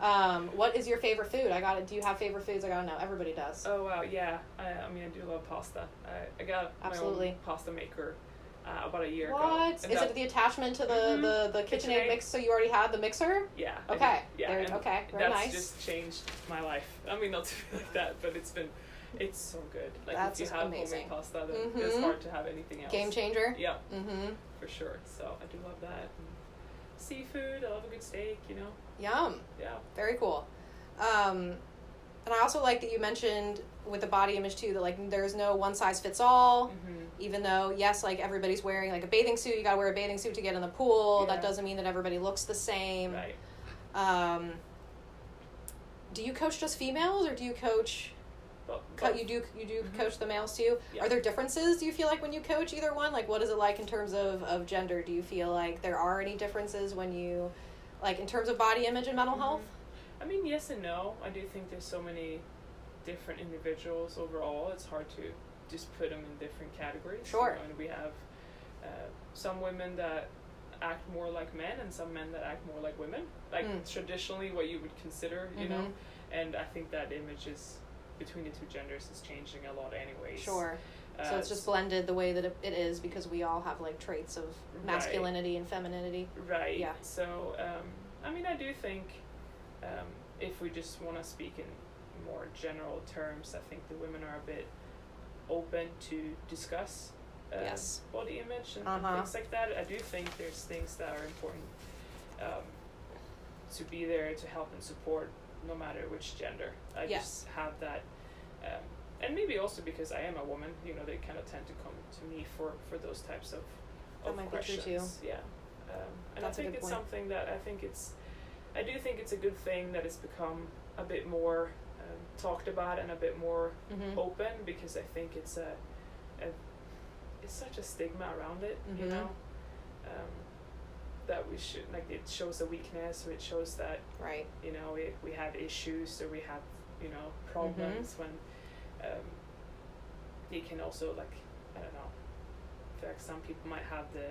[SPEAKER 1] Um, what is your favorite food? I got it. Do you have favorite foods? I gotta know. Everybody does.
[SPEAKER 2] Oh wow, yeah. I, I mean, I do love pasta. I, I got my
[SPEAKER 1] Absolutely.
[SPEAKER 2] own pasta maker uh, about a year ago.
[SPEAKER 1] What
[SPEAKER 2] And
[SPEAKER 1] is
[SPEAKER 2] that-
[SPEAKER 1] it? The attachment to the
[SPEAKER 2] Mhm.
[SPEAKER 1] the the KitchenAid
[SPEAKER 2] KitchenAid.
[SPEAKER 1] mix. So you already had the mixer.
[SPEAKER 2] Yeah. I
[SPEAKER 1] Okay.
[SPEAKER 2] did. Yeah.
[SPEAKER 1] There-
[SPEAKER 2] and
[SPEAKER 1] okay. Very
[SPEAKER 2] that's
[SPEAKER 1] nice.
[SPEAKER 2] just changed my life. I mean, not to be (laughs) like that, but it's been, it's so good. Like
[SPEAKER 1] That's
[SPEAKER 2] if
[SPEAKER 1] just
[SPEAKER 2] you have
[SPEAKER 1] amazing.
[SPEAKER 2] homemade pasta, then
[SPEAKER 1] Mhm.
[SPEAKER 2] it's hard to have anything else.
[SPEAKER 1] Game changer.
[SPEAKER 2] Yeah,
[SPEAKER 1] Mm-hmm.
[SPEAKER 2] for sure. So I do love that. And seafood. I love a good steak. You know.
[SPEAKER 1] Yum.
[SPEAKER 2] Yeah.
[SPEAKER 1] Very cool. Um, and I also like that you mentioned with the body image too that like there's no one size fits all.
[SPEAKER 2] Mm-hmm.
[SPEAKER 1] Even though yes, like everybody's wearing like a bathing suit, you gotta wear a bathing suit to get in the pool.
[SPEAKER 2] Yeah.
[SPEAKER 1] That doesn't mean that everybody looks the same.
[SPEAKER 2] Right.
[SPEAKER 1] Um, do you coach just females or do you coach?
[SPEAKER 2] But,
[SPEAKER 1] Co-
[SPEAKER 2] but
[SPEAKER 1] you do you do
[SPEAKER 2] Mhm.
[SPEAKER 1] coach the males too.
[SPEAKER 2] Yeah.
[SPEAKER 1] Are there differences? Do you feel like when you coach either one? Like, what is it like in terms of of gender? Do you feel like there are any differences when you, like, in terms of body image and mental
[SPEAKER 2] Mhm.
[SPEAKER 1] health?
[SPEAKER 2] I mean, yes and no. I do think there's so many different individuals overall. It's hard to just put them in different categories. you
[SPEAKER 1] Sure.
[SPEAKER 2] know, and we have uh, some women that act more like men and some men that act more like women. Like
[SPEAKER 1] Mm.
[SPEAKER 2] traditionally, what you would consider, you know.
[SPEAKER 1] Mhm.
[SPEAKER 2] And I think that image is between the two genders is changing a lot, anyways.
[SPEAKER 1] Sure.
[SPEAKER 2] Uh,
[SPEAKER 1] So it's just blended the way that it it is because we all have like traits of
[SPEAKER 2] Right.
[SPEAKER 1] masculinity and femininity.
[SPEAKER 2] Right.
[SPEAKER 1] Yeah.
[SPEAKER 2] So, um, I mean, I do think um, if we just want to speak in more general terms, I think the women are a bit open to discuss uh,
[SPEAKER 1] Yes.
[SPEAKER 2] body image and,
[SPEAKER 1] Uh-huh.
[SPEAKER 2] and things like that. I do think there's things that are important um, to be there to help and support no matter which gender. I
[SPEAKER 1] Yes.
[SPEAKER 2] just have that. Um, and maybe also because I am a woman, you know, they kind of tend to come to me for for those types of
[SPEAKER 1] That
[SPEAKER 2] of
[SPEAKER 1] might be true
[SPEAKER 2] questions.
[SPEAKER 1] too.
[SPEAKER 2] Yeah, um, and
[SPEAKER 1] That's a
[SPEAKER 2] I think
[SPEAKER 1] good
[SPEAKER 2] it's
[SPEAKER 1] point.
[SPEAKER 2] something that I think it's, I do think it's a good thing that it's become a bit more um, talked about and a bit more
[SPEAKER 1] Mm-hmm.
[SPEAKER 2] open because I think it's a, a it's such a stigma around it,
[SPEAKER 1] Mhm.
[SPEAKER 2] you know, um, that we should like it shows a weakness or it shows that
[SPEAKER 1] Right.
[SPEAKER 2] you know we, we have issues or we have you know problems
[SPEAKER 1] Mm-hmm.
[SPEAKER 2] when um, it can also like I don't know I feel like some people might have the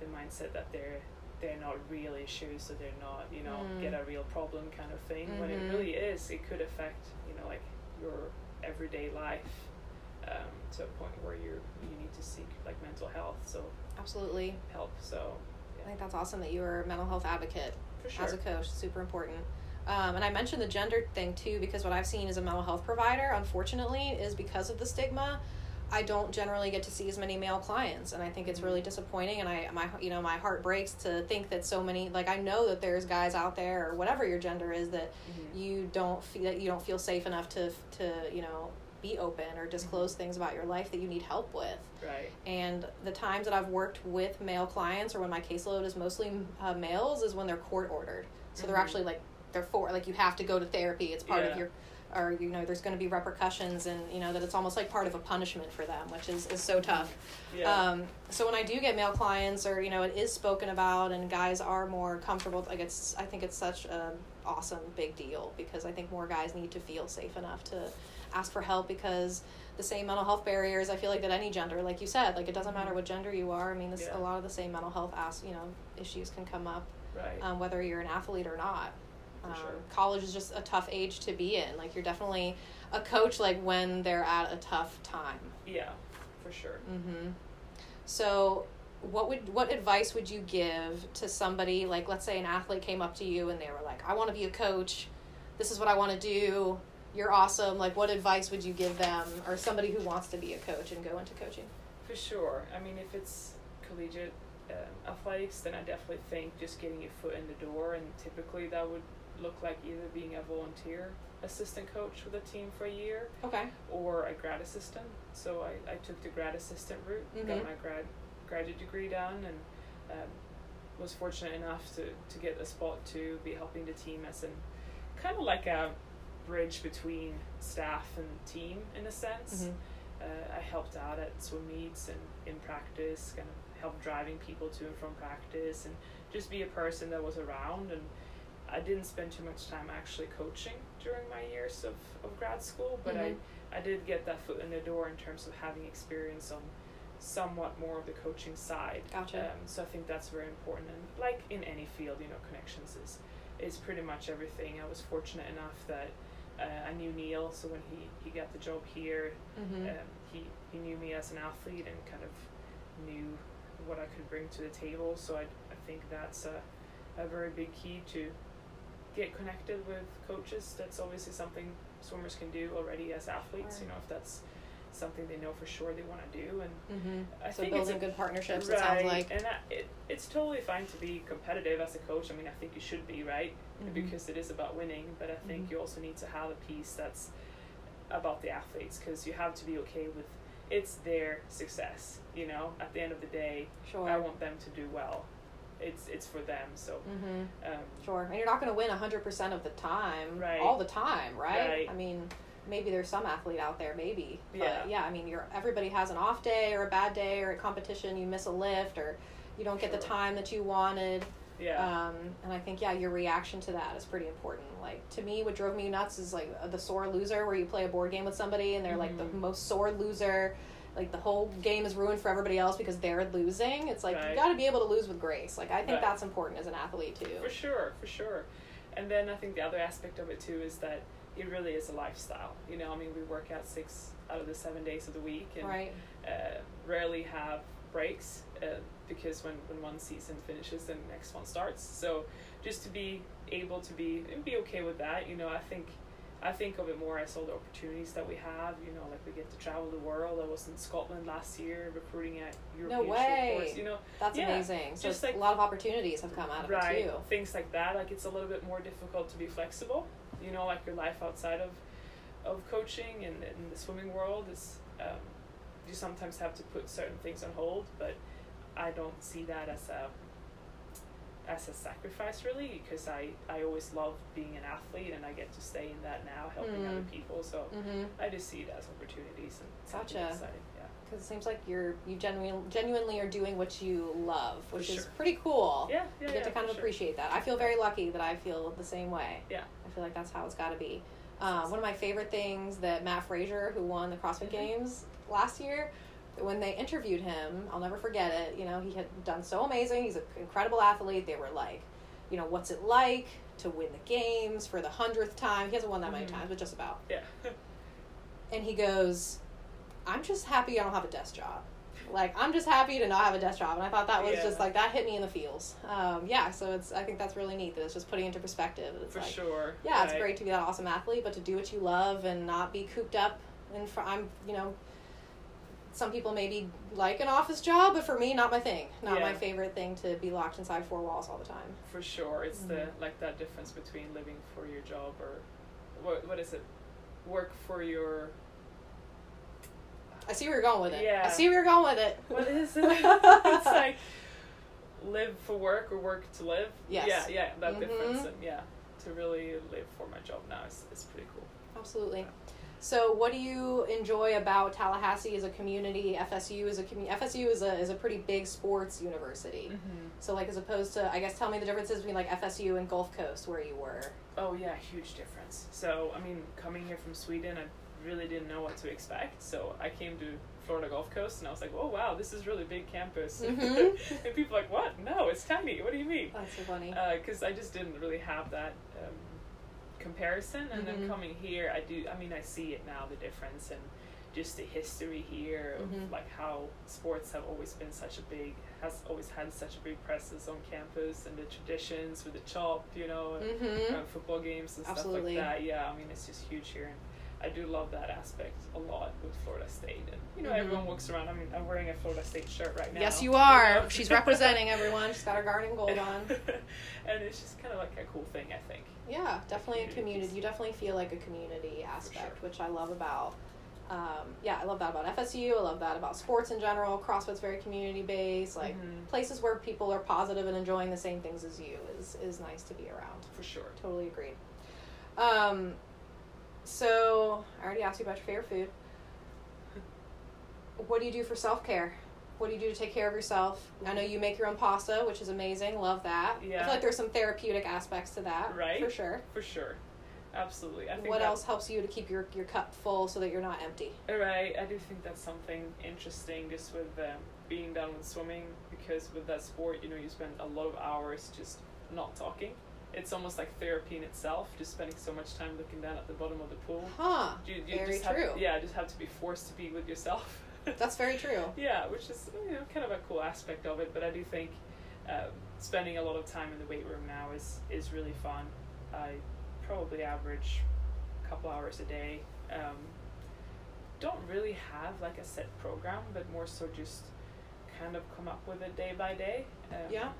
[SPEAKER 2] the mindset that they're they're not real issues so they're not you know
[SPEAKER 1] Mm.
[SPEAKER 2] get a real problem kind of thing when
[SPEAKER 1] Mhm.
[SPEAKER 2] it really is it could affect you know like your everyday life um, to a point where you you need to seek like mental health so
[SPEAKER 1] Absolutely.
[SPEAKER 2] help so
[SPEAKER 1] I think that's awesome that you are a mental health advocate
[SPEAKER 2] for sure
[SPEAKER 1] as a coach. Super important. Um, and I mentioned the gender thing too because what I've seen as a mental health provider, unfortunately, is because of the stigma. I don't generally get to see as many male clients, and I think it's really disappointing. And I, my, you know, my heart breaks to think that so many, like I know that there's guys out there or whatever your gender is that
[SPEAKER 2] Mhm.
[SPEAKER 1] you don't feel that you don't feel safe enough to to you know be open or disclose things about your life that you need help with. (laughs)
[SPEAKER 2] right
[SPEAKER 1] And the times that I've worked with male clients or when my caseload is mostly uh, males is when they're court ordered. So they're
[SPEAKER 2] Mhm.
[SPEAKER 1] actually like, they're for, like, you have to go to therapy. It's part of
[SPEAKER 2] Yeah.
[SPEAKER 1] your, or, you know, there's going to be repercussions and, you know, that it's almost like part of a punishment for them, which is, is so tough.
[SPEAKER 2] yeah
[SPEAKER 1] Um, so when I do get male clients, or you know, it is spoken about, and guys are more comfortable. Like it's, I think it's such a awesome big deal because I think more guys need to feel safe enough to ask for help because the same mental health barriers. I feel like that any gender, like you said, like it doesn't matter what gender you are. I mean, this
[SPEAKER 2] Mm-hmm. Yeah.
[SPEAKER 1] a lot of the same mental health as you know issues can come up
[SPEAKER 2] right
[SPEAKER 1] um, whether you're an athlete or not.
[SPEAKER 2] For
[SPEAKER 1] Um,
[SPEAKER 2] sure.
[SPEAKER 1] College is just a tough age to be in. Like you're definitely a coach, like when they're at a tough time.
[SPEAKER 2] yeah for sure
[SPEAKER 1] Mm-hmm. So, what would what advice would you give to somebody like let's say an athlete came up to you and they were like, "I want to be a coach. This is what I want to do. You're awesome." Like, what advice would you give them or somebody who wants to be a coach and go into coaching?
[SPEAKER 2] For sure. I mean, if it's collegiate um, athletics, then I definitely think just getting your foot in the door, and typically that would look like either being a volunteer assistant coach with a team for a year
[SPEAKER 1] Okay.
[SPEAKER 2] or a grad assistant. So I, I took the grad assistant route,
[SPEAKER 1] Mhm.
[SPEAKER 2] got my grad graduate degree done, and um, was fortunate enough to, to get a spot to be helping the team as an kind of like a bridge between staff and team in a sense
[SPEAKER 1] Mm-hmm.
[SPEAKER 2] uh, I helped out at swim meets and in practice, kind of helped driving people to and from practice, and just be a person that was around. And I didn't spend too much time actually coaching during my years of, of grad school, but
[SPEAKER 1] Mhm.
[SPEAKER 2] I, I did get that foot in the door in terms of having experience on somewhat more of the coaching side.
[SPEAKER 1] Gotcha.
[SPEAKER 2] Um, so I think that's very important. And like in any field, you know, connections is is pretty much everything. I was fortunate enough that uh, I knew Neil, so when he, he got the job here,
[SPEAKER 1] Mm-hmm.
[SPEAKER 2] um, he, he knew me as an athlete and kind of knew what I could bring to the table. So I, I think that's a, a very big key to get connected with coaches. That's obviously something swimmers can do already as athletes, you know, if that's something they know for sure they want to do. And
[SPEAKER 1] Mm-hmm.
[SPEAKER 2] I
[SPEAKER 1] So
[SPEAKER 2] think it's a
[SPEAKER 1] building good partnerships. It sounds like.
[SPEAKER 2] and I, it, it's totally fine to be competitive as a coach. I mean, I think you should be, right?
[SPEAKER 1] Mhm.
[SPEAKER 2] Because it is about winning, but I think
[SPEAKER 1] Mhm.
[SPEAKER 2] you also need to have a piece that's about the athletes because you have to be okay with it's their success. You know, at the end of the day,
[SPEAKER 1] Sure.
[SPEAKER 2] I want them to do well. It's it's for them. So,
[SPEAKER 1] mm-hmm.
[SPEAKER 2] um,
[SPEAKER 1] Sure. And you're not going to win 100% of the time,
[SPEAKER 2] Right.
[SPEAKER 1] all the time, right?
[SPEAKER 2] Right.
[SPEAKER 1] I mean, maybe there's some athlete out there, maybe. But yeah,
[SPEAKER 2] Yeah.
[SPEAKER 1] I mean, you're, everybody has an off day or a bad day or a competition, you miss a lift or you don't get the
[SPEAKER 2] Sure.
[SPEAKER 1] time that you wanted.
[SPEAKER 2] yeah,
[SPEAKER 1] Um, and I think, yeah, your reaction to that is pretty important. Like, to me, what drove me nuts is like the sore loser, where you play a board game with somebody and they're like the
[SPEAKER 2] Mhm.
[SPEAKER 1] most sore loser. Like, the whole game is ruined for everybody else because they're losing. It's like, you
[SPEAKER 2] Right.
[SPEAKER 1] got to be able to lose with grace. Like, I think
[SPEAKER 2] Right.
[SPEAKER 1] that's important as an athlete, too.
[SPEAKER 2] for sure, for sure. And then I think the other aspect of it too is that it really is a lifestyle. You know, I mean, we work out six out of the seven days of the week, and
[SPEAKER 1] Right.
[SPEAKER 2] uh, rarely have breaks uh, because when, when one season finishes, then the next one starts. So just to be able to be and be okay with that, you know, I think I think of it more as all the opportunities that we have. You know, like we get to travel the world. I was in Scotland last year recruiting at European short
[SPEAKER 1] way.
[SPEAKER 2] course. You know,
[SPEAKER 1] That's
[SPEAKER 2] Yeah,
[SPEAKER 1] amazing. So
[SPEAKER 2] just
[SPEAKER 1] it's- a
[SPEAKER 2] like-
[SPEAKER 1] lot of opportunities have come out of it
[SPEAKER 2] right?
[SPEAKER 1] too.
[SPEAKER 2] Things like that. Like it's a little bit more difficult to be flexible. You know, like your life outside of of coaching and in the swimming world is um, you sometimes have to put certain things on hold, but I don't see that as a as a sacrifice really because I, I always love being an athlete and I get to stay in that now helping
[SPEAKER 1] Mm.
[SPEAKER 2] other people so
[SPEAKER 1] Mm-hmm.
[SPEAKER 2] I just see it as opportunities and something
[SPEAKER 1] Gotcha.
[SPEAKER 2] exciting, yeah
[SPEAKER 1] Because it seems like you're you genuinely genuinely are doing what you love,
[SPEAKER 2] For
[SPEAKER 1] which is
[SPEAKER 2] sure.
[SPEAKER 1] pretty cool.
[SPEAKER 2] yeah yeah
[SPEAKER 1] you Oh, get
[SPEAKER 2] yeah,
[SPEAKER 1] to kind
[SPEAKER 2] for
[SPEAKER 1] of
[SPEAKER 2] sure.
[SPEAKER 1] appreciate that. I feel very lucky that I feel the same way.
[SPEAKER 2] Yeah.
[SPEAKER 1] I feel like that's how it's got to be. Uh, one of my favorite things that Matt Frazier, who won the CrossFit
[SPEAKER 2] Mhm.
[SPEAKER 1] Games last year, when they interviewed him, I'll never forget it. You know, he had done so amazing. He's an incredible athlete. They were like, you know, what's it like to win the games for the hundredth time? He hasn't won that many
[SPEAKER 2] Mhm.
[SPEAKER 1] times, but just about.
[SPEAKER 2] yeah
[SPEAKER 1] And he goes, I'm just happy I don't have a desk job. (laughs)
[SPEAKER 2] (laughs)
[SPEAKER 1] Like I'm just happy to not have a desk job, and I thought that was
[SPEAKER 2] Yeah.
[SPEAKER 1] just like that hit me in the feels. Um, yeah, so it's I think that's really neat that it's just putting into perspective. It's
[SPEAKER 2] for
[SPEAKER 1] like,
[SPEAKER 2] sure
[SPEAKER 1] yeah, it's
[SPEAKER 2] Right.
[SPEAKER 1] great to be that awesome athlete, but to do what you love and not be cooped up. And fr- I'm, you know, some people maybe like an office job, but for me, not my thing. Not my
[SPEAKER 2] Yeah.
[SPEAKER 1] favorite thing to be locked inside four walls all the time.
[SPEAKER 2] for sure it's the like that difference between living for your job or what what is it work for your
[SPEAKER 1] I see where you're going with it. I
[SPEAKER 2] Yeah.
[SPEAKER 1] see where you're going with it.
[SPEAKER 2] what
[SPEAKER 1] (laughs)
[SPEAKER 2] is it it's like live for work or work to live
[SPEAKER 1] Yes.
[SPEAKER 2] yeah yeah that
[SPEAKER 1] Mhm.
[SPEAKER 2] difference and yeah to really live for my job now is, is pretty cool
[SPEAKER 1] Absolutely. So, what do you enjoy about Tallahassee as a community? FSU is a community. FSU is a is a pretty big sports university.
[SPEAKER 2] Mm-hmm.
[SPEAKER 1] So, like as opposed to, I guess, tell me the differences between like FSU and Gulf Coast, where you were.
[SPEAKER 2] Oh yeah, huge difference. So I mean, coming here from Sweden, I really didn't know what to expect. So I came to Florida Gulf Coast, and I was like, oh wow, this is really big campus.
[SPEAKER 1] Mhm.
[SPEAKER 2] (laughs) and people are like, what? No, it's tiny. What do you mean?
[SPEAKER 1] That's so funny.
[SPEAKER 2] Because Uh, I just didn't really have that um, comparison. And
[SPEAKER 1] Mhm.
[SPEAKER 2] then coming here, I do. I mean, I see it now the difference and just the history here of
[SPEAKER 1] Mhm.
[SPEAKER 2] like how sports have always been such a big has always had such a big presence on campus and the traditions with the chop, you know. And,
[SPEAKER 1] Mm-hmm.
[SPEAKER 2] uh, football games and
[SPEAKER 1] Absolutely.
[SPEAKER 2] stuff like that. Yeah, I mean it's just huge here, and I do love that aspect a lot with Florida State. And you know,
[SPEAKER 1] Mhm.
[SPEAKER 2] everyone walks around. I mean, I'm wearing a Florida State shirt right now.
[SPEAKER 1] Yes, you are.
[SPEAKER 2] (laughs) know?
[SPEAKER 1] She's representing everyone. She's got her garden gold on.
[SPEAKER 2] (laughs) and it's just kind of like a cool thing, I think.
[SPEAKER 1] Yeah, definitely a community.
[SPEAKER 2] Communities.
[SPEAKER 1] You definitely feel like a community aspect, which I love about. Um, yeah, I love that about FSU. I love that about sports in general. CrossFit's very community based. Like
[SPEAKER 2] Mhm.
[SPEAKER 1] places where people are positive and enjoying the same things as you is is nice to be around.
[SPEAKER 2] for sure.
[SPEAKER 1] Totally agreed. Um, so I already asked you about your favorite food. What do you do for self care? What do you do to take care of yourself? I know you make your own pasta, which is amazing. Love that. I
[SPEAKER 2] Yeah.
[SPEAKER 1] feel like there's some therapeutic aspects to that,
[SPEAKER 2] Right.
[SPEAKER 1] For sure.
[SPEAKER 2] For sure, absolutely. I think
[SPEAKER 1] What
[SPEAKER 2] that-
[SPEAKER 1] else helps you to keep your, your cup full so that you're not empty?
[SPEAKER 2] Right, I do think that's something interesting just with um, being down with swimming because with that sport, you know, you spend a lot of hours just not talking. It's almost like therapy in itself, just spending so much time looking down at the bottom of the pool.
[SPEAKER 1] Huh.
[SPEAKER 2] You, you
[SPEAKER 1] Very
[SPEAKER 2] just have-
[SPEAKER 1] true.
[SPEAKER 2] yeah, just have to be forced to be with yourself.
[SPEAKER 1] That's very true.
[SPEAKER 2] yeah, which is you know, kind of a cool aspect of it, but I do think um, spending a lot of time in the weight room now is, is really fun. I probably average a couple hours a day. Um, don't really have like a set program, but more so just kind of come up with it day by day. Um,
[SPEAKER 1] Yeah. Like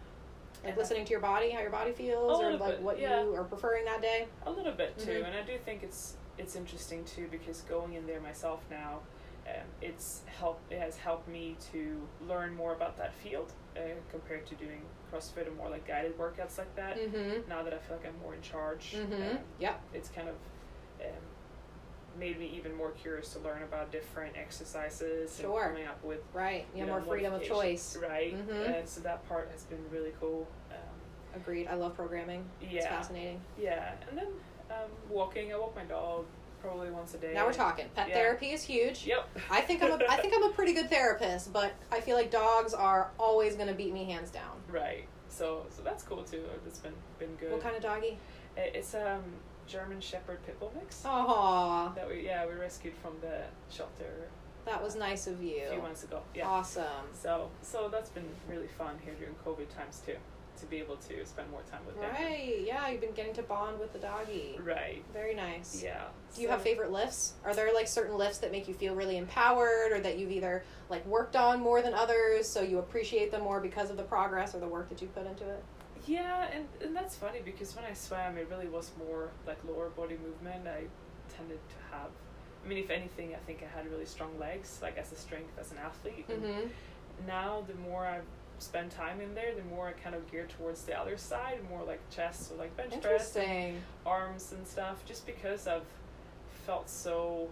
[SPEAKER 2] And I-
[SPEAKER 1] listening to your body, how your body feels, or
[SPEAKER 2] little
[SPEAKER 1] like
[SPEAKER 2] bit,
[SPEAKER 1] what
[SPEAKER 2] yeah.
[SPEAKER 1] you are preferring that day.
[SPEAKER 2] a little bit too
[SPEAKER 1] Mhm.
[SPEAKER 2] and i do think it's it's interesting too because going in there myself now um, it's help it has helped me to learn more about that field uh, compared to doing crossfit or more like guided workouts like that
[SPEAKER 1] Mm-hmm.
[SPEAKER 2] now that i feel like i'm more in charge
[SPEAKER 1] Mm-hmm.
[SPEAKER 2] um,
[SPEAKER 1] Yep.
[SPEAKER 2] it's kind of um, made me even more curious to learn about different exercises
[SPEAKER 1] Sure.
[SPEAKER 2] and coming up with
[SPEAKER 1] Right. You
[SPEAKER 2] you
[SPEAKER 1] have
[SPEAKER 2] know,
[SPEAKER 1] more freedom of
[SPEAKER 2] modifications,
[SPEAKER 1] choice.
[SPEAKER 2] right
[SPEAKER 1] Mhm.
[SPEAKER 2] and so that part has been really cool um,
[SPEAKER 1] Agreed. I love programming. It's
[SPEAKER 2] yeah
[SPEAKER 1] fascinating.
[SPEAKER 2] yeah, and then um, walking. I walk my dog probably once a day.
[SPEAKER 1] Now we're talking. Pet
[SPEAKER 2] Yeah.
[SPEAKER 1] therapy is huge.
[SPEAKER 2] Yep.
[SPEAKER 1] I think I'm a, I think I'm a
[SPEAKER 2] (laughs)
[SPEAKER 1] pretty good therapist, but I feel like dogs are always going to beat me hands down.
[SPEAKER 2] right. So so that's cool too. It's been been good.
[SPEAKER 1] What kind of doggy?
[SPEAKER 2] I- It's um German Shepherd Pit Bull mix
[SPEAKER 1] Oh,
[SPEAKER 2] that we yeah we rescued from the shelter
[SPEAKER 1] that was nice of you.
[SPEAKER 2] a few months ago. Yeah.
[SPEAKER 1] Awesome.
[SPEAKER 2] So so that's been really fun here during COVID times too, to be able to spend more time with them.
[SPEAKER 1] Right. Yeah, you've been getting to bond with the doggy.
[SPEAKER 2] Right.
[SPEAKER 1] Very nice.
[SPEAKER 2] Yeah.
[SPEAKER 1] Do you
[SPEAKER 2] So-
[SPEAKER 1] have favorite lifts? Are there like certain lifts that make you feel really empowered or that you've either like worked on more than others so you appreciate them more because of the progress or the work that you put into it?
[SPEAKER 2] Yeah, and, and that's funny because when I swam, it really was more like lower body movement. I tended to have. I mean, if anything, I think I had really strong legs, like as a strength as an athlete. And
[SPEAKER 1] Mm-hmm.
[SPEAKER 2] Now, the more I spend time in there, the more I kind of gear towards the other side, more like chest or like bench press, and
[SPEAKER 1] Interesting.
[SPEAKER 2] arms and stuff, just because I've felt so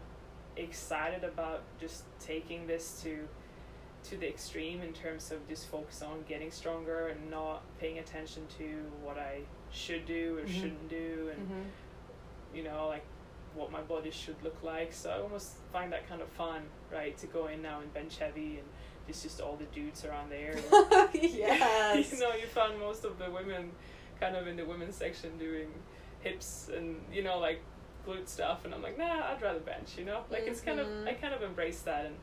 [SPEAKER 2] excited about just taking this to to the extreme in terms of just focus on getting stronger and not paying attention to what I should do or
[SPEAKER 1] Mhm.
[SPEAKER 2] shouldn't do and
[SPEAKER 1] Mm-hmm. (laughs)
[SPEAKER 2] you know, like what my body should look like. So I almost find that kind of fun, right, to go in now and bench heavy and it's just all the dudes around there.
[SPEAKER 1] yes.
[SPEAKER 2] (laughs) you know, you found most of the women kind of in the women's section doing hips and, you know, like glute stuff and I'm like, nah, I'd rather bench, you know? Like it's kind of
[SPEAKER 1] Mhm.
[SPEAKER 2] I kind of embrace that and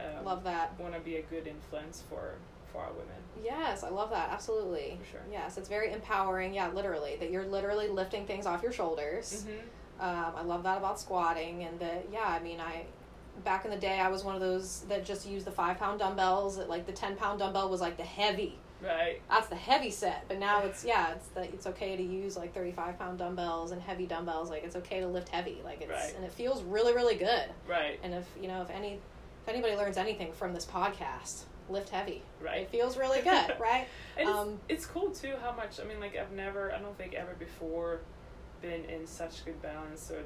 [SPEAKER 2] um,
[SPEAKER 1] Love that.
[SPEAKER 2] wanna be a good influence for for our women.
[SPEAKER 1] Yes, I love that. Absolutely.
[SPEAKER 2] For sure.
[SPEAKER 1] Yes, it's very empowering. Yeah, literally. That you're literally lifting things off your shoulders.
[SPEAKER 2] Mm-hmm.
[SPEAKER 1] Um, I love that about squatting and the yeah, I mean I back in the day I was one of those that just used the five pound dumbbells. That, like the ten pound dumbbell was like the heavy.
[SPEAKER 2] Right.
[SPEAKER 1] That's the heavy set. But now it's yeah, it's that it's okay to use like thirty five pound dumbbells and heavy dumbbells. Like it's okay to lift heavy. Like it's
[SPEAKER 2] Right.
[SPEAKER 1] and it feels really, really good.
[SPEAKER 2] Right.
[SPEAKER 1] And if you know if any if anybody learns anything from this podcast, lift heavy.
[SPEAKER 2] Right.
[SPEAKER 1] It feels really
[SPEAKER 2] (laughs)
[SPEAKER 1] good, right?
[SPEAKER 2] And
[SPEAKER 1] Um,
[SPEAKER 2] it's, it's cool too how much I mean like I've never I don't think ever before been in such good balance or